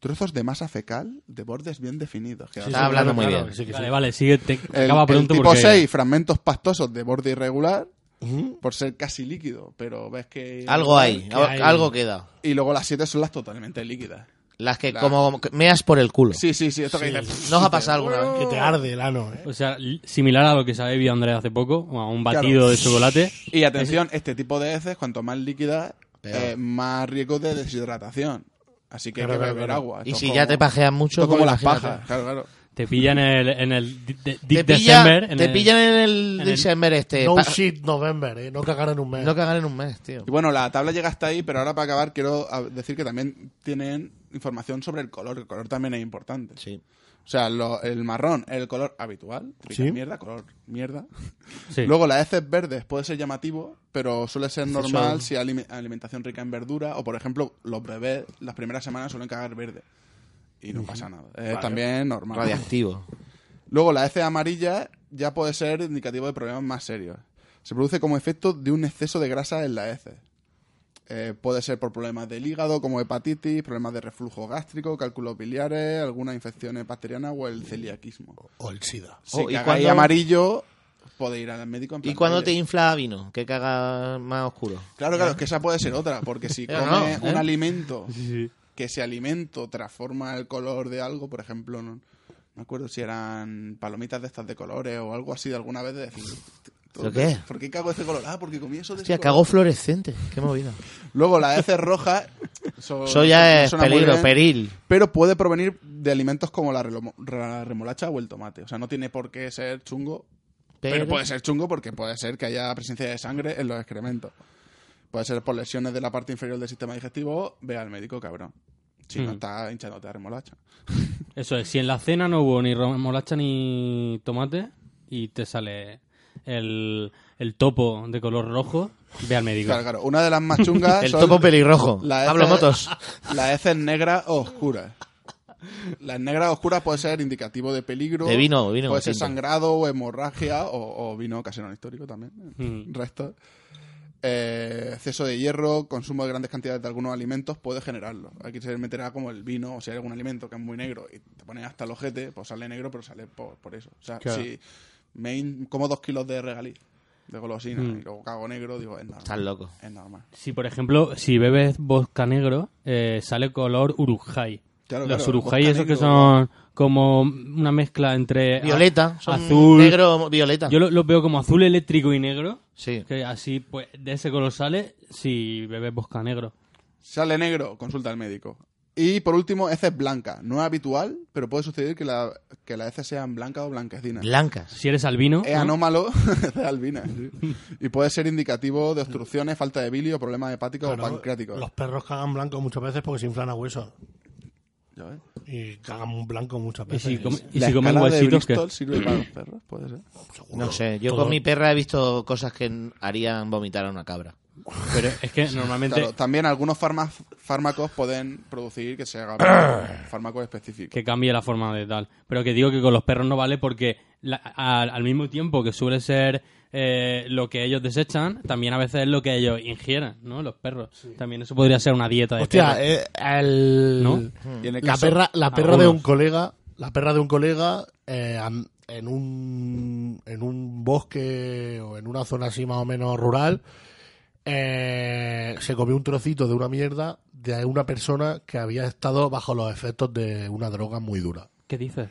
trozos de masa fecal de bordes bien definidos. Que Sí, ahora- sí, Está hablando muy bien. que sí, que Vale, sí. vale, sigue, te- El, acaba el pronto tipo porque... 6, fragmentos pastosos de borde irregular, Ujú. por ser casi líquido, pero ves que... Algo hay. Que hay. Algo queda. Y luego las 7 son las totalmente líquidas. Las que La- como que meas por el culo. Sí, sí, sí, esto que dices... ¿No os ha pasado alguna Que vez? te arde el ano, ¿eh? O sea, l- similar a lo que se había bebido Andrés hace poco, a un Claro. batido de chocolate. Y atención, este tipo de heces, cuanto más líquida, eh, más riesgo de deshidratación. Así que hay Claro, que claro, beber claro. agua. Y Esto si es ya como- te pajean esto mucho, es como pues las imagínate. pajas. Claro, claro. Te pillan en el, en el di- de- Dick Te, pilla- December. en te el- pillan en el en el- December Eh, este. No pa- shit November, ¿eh? No cagar en un mes. no cagar en un mes, tío. Y bueno, la tabla llega hasta ahí, pero ahora para acabar quiero ah, decir que también tienen información sobre el color. El color también es importante. Sí. O sea, lo- el marrón es el color habitual. rica Sí. Mierda, color mierda. Sí. Luego las heces verdes puede ser llamativo, pero suele ser normal show. si hay alime- alimentación rica en verdura o, por ejemplo, los bebés las primeras semanas suelen cagar verde. Y no pasa nada. Es también normal. Radiactivo. Luego la heces amarilla ya puede ser indicativo de problemas más serios. Se produce como efecto de un exceso de grasa en las heces. Eh, puede ser por problemas del hígado como hepatitis, problemas de reflujo gástrico, cálculos biliares, algunas infecciones bacterianas o el celiaquismo. O el SIDA. Si Oh, ¿y cagáis cuándo- amarillo, podéis ir al médico. en ¿Y plan, cuando "Oye, te infla vino? Que caga más oscuro. Claro, claro, es que esa puede ser otra, porque si Pero come no, ¿eh? un alimento Sí, sí. que ese alimento transforma el color de algo, por ejemplo, no, no me acuerdo si eran palomitas de estas de colores o algo así de alguna vez de decir, ¿Pero qué? ¿Por qué cago ese color? Ah, porque comí eso de Hostia, ese color. cago fluorescente. Qué movida. Luego las heces rojas son- Eso ya Pues, no es suena muy peligro, bien, peril. pero puede provenir de alimentos como la, relo- la remolacha o el tomate. O sea, no tiene por qué ser chungo Pero, puede ser chungo porque puede ser que haya presencia de sangre en los excrementos. Puede ser por lesiones de la parte inferior del sistema digestivo, ve al médico, cabrón. Hmm. Si no Mm. está hinchándote a remolacha. Eso es, si en la cena no hubo ni remolacha ni tomate y te sale el, el topo de color rojo, ve al médico. Claro, claro. Una de las más chungas El son topo pelirrojo. la E Pablo esta- Motos. las heces negras o E oscuras. Las negras oscuras puede ser indicativo de peligro. De vino, vino, Puede ser siempre. sangrado o hemorragia o, o vino ocasional histórico también. Mm. Restos. Eh, exceso de hierro, consumo de grandes cantidades de algunos alimentos puede generarlo. Aquí se meterá como el vino, o si hay algún alimento que es muy negro y te pones hasta el ojete, pues sale negro, pero sale por, por eso. O sea, Claro. si me in- como dos kilos de regaliz, de golosina, Mm. y luego cago negro, digo, es normal. Estás loco. Es normal. Si, por ejemplo, si bebes vodka negro, eh, sale color urujay. Claro, Los claro, urujay, vodka esos que negro. son como una mezcla entre a- Violeta. Son Eh, azul. Negro, violeta. Yo lo- los veo como azul eléctrico y negro. Sí. Que así, pues, de ese color sale si bebes vodka negro. Sale negro, consulta al médico. Y por último, heces blancas. No es habitual, pero puede suceder que, la, que las heces sean blancas o blanquecinas. Blancas. Si eres albino. es ¿no? anómalo, heces albinas. Y puede ser indicativo de obstrucciones, falta de bilio, problemas hepáticos Claro, o pancreáticos. Los perros cagan blanco muchas veces porque se inflan a huesos. Ya ves. Y cagan blanco muchas Y veces. si, come- y La si comen escala de huesitos, ¿qué? Bristol sirve para los perros, puede ser. No sé. Yo Todo- con mi perra he visto cosas que harían vomitar a una cabra. Pero es que normalmente. Claro, también algunos farma- fármacos pueden producir que se haga fármacos específicos. que cambie la forma de tal. Pero que digo que con los perros no vale porque la- al, al mismo tiempo que suele ser eh, lo que ellos desechan, también a veces es lo que ellos ingieren, ¿no? Los perros. También eso podría ser una dieta de Hostia, perros. eh, el- ¿No? Y en el la caso- perra, la perra Algunos. de un colega, la perra de un colega eh, an- en un en un bosque o en una zona así más o menos rural eh, se comió un trocito de una mierda de una persona que había estado bajo los efectos de una droga muy dura, ¿Qué dices?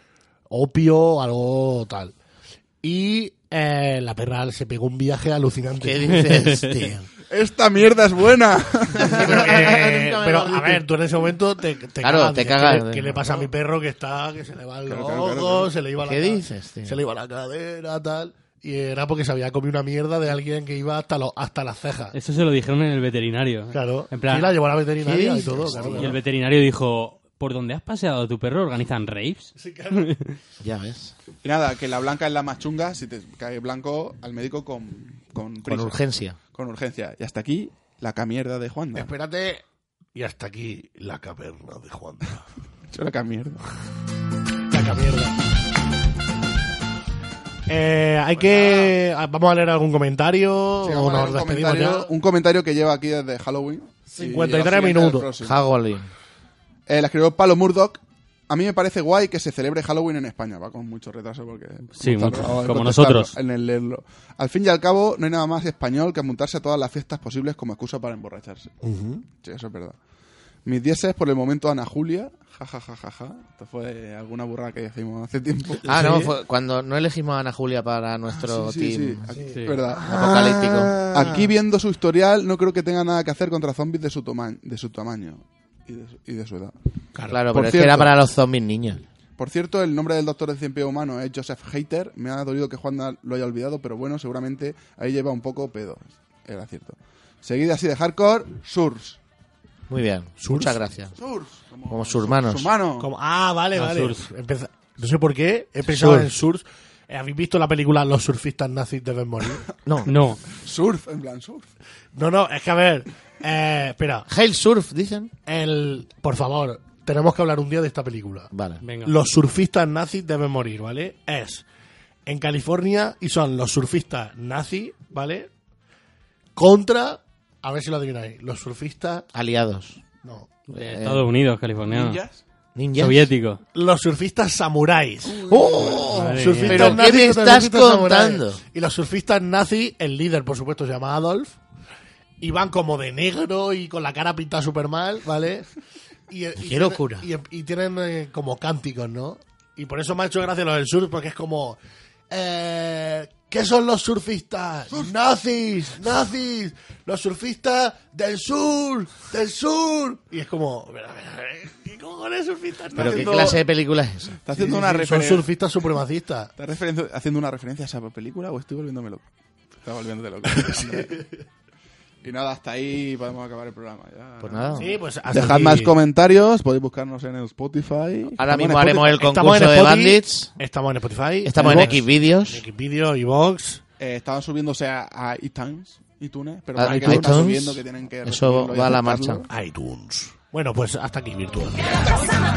opio, algo tal. Y eh, la perra se pegó un viaje alucinante. ¿Qué dices, tío? ¡Esta mierda es buena! Sí, pero, que- Nunca me pero, lo a dices. ver, tú en ese momento te, te Claro, cagas. te dices, cagas. ¿Qué, le- qué le pasa a mi perro que está, que se le va el Claro, ojo, claro, claro, claro. se le iba la ¿Qué ca- dices, tío? Se le iba la cadera, tal. Y era porque se había comido una mierda de alguien que iba hasta, los hasta las cejas. Eso se lo dijeron en el veterinario. Claro. En plan, y la llevó a la veterinaria ¿qué y todo. dices, claro, y claro. el veterinario dijo: ¿Por dónde has paseado a tu perro? ¿Organizan raves? Sí, claro. Ya ves. Y nada, que la blanca es la más chunga. Si te cae blanco, al médico con, con, Con prisa, urgencia. con urgencia. Y hasta aquí, la camierda de Eh, Juan. Espérate. Y hasta aquí la caverna de Juan. Yo la camierda. Saca mierda. Eh, hay que. Vamos a leer algún comentario. Sí, o vamos a nos leer un, despedimos comentario, ya. un comentario que lleva aquí desde Halloween. y 53 llega siguiente al minutos. próximo. Hagolin. Eh, la escribió Palo Murdoch. A mí me parece guay que se celebre Halloween en España. Va con mucho retraso porque... Sí, hemos mucho, tardado en como contestarlo, nosotros. En el leerlo. Al fin y al cabo, no hay nada más español que apuntarse a todas las fiestas posibles como excusa para emborracharse. Sí, eso es verdad. Mis 10 es por el momento Ana Julia. Ja, ja, ja, ja, ja. Esto fue alguna burra que hicimos hace tiempo. Ah, no, fue cuando no elegimos a Ana Julia para nuestro Ah, Sí, sí, team aquí- Sí. ¿verdad? Ah. apocalíptico. Aquí viendo su historial, no creo que tenga nada que hacer contra zombies de su, toma- de su tamaño y de su, y de su edad. Claro, Por pero es que era cierto. para los zombies niños. Por cierto, el nombre del doctor de cien pies humano es Joseph Hater. Me ha dolido que Juan lo haya olvidado, pero bueno, seguramente ahí lleva un poco pedo. Era cierto. Seguida así de hardcore, Surs. Muy bien. Surs. Muchas gracias. Surs. Como surmanos. Surmano. Como- ah, vale, No, vale. Surs. Empeza- no sé por qué, he pensado Surs. en Surs. Eh, ¿Habéis visto la película Los surfistas nazis deben morir? No. No. Surf, en plan surf. no, no, es que a ver, eh, espera, Hail Surf, dicen. el, por favor, tenemos que hablar un día de esta película. Vale. Venga. Los surfistas nazis deben morir, ¿vale? Es en California y son los surfistas nazis, ¿vale? Contra, a ver si lo adivináis, los surfistas, Aliados. no, De Estados Unidos, Ah. californiano. Ninjas. Ninjas. Soviético. los surfistas samuráis. ¡Oh! Madre Surfistas mía. Pero nazis ¿qué me contra estás surfistas samuráis. contando? Y los surfistas nazis, el líder, por supuesto, se llama Adolf. Y van como de negro y con la cara pintada súper mal, ¿vale? Y, y tienen- locura. Y, y tienen eh, como cánticos, ¿no? Y por eso me ha hecho gracia lo del surf, porque es como... Eh, ¿Qué son los surfistas? ¡Nazis! ¡Nazis! ¡Los surfistas del sur! ¡Del sur! Y es como... ¿Qué cojones surfistas? ¿Pero qué nazis? clase de película es esa? Está haciendo una Son referencia. surfistas supremacistas. ¿Estás referen- haciendo una referencia a esa película o estoy volviéndome loco? Está volviéndote loco. Andrés. Y nada, hasta ahí podemos acabar el programa. ya. Pues nada. Sí, pues hasta Dejad aquí. más comentarios, podéis buscarnos en el Spotify. Estamos Ahora en mismo haremos el Spotify. Estamos en concurso de Spotify, Bandits. Estamos en Spotify. Estamos en Vox, Xvideos. En Xvideo, iVox. Eh, estaban subiéndose a, a iTunes, iTunes, pero A ahora que lo están iTunes, subiendo que tienen que eso recibirlo y va a la aceptarlo. marcha. iTunes. Bueno, pues hasta aquí, Virtual. Summer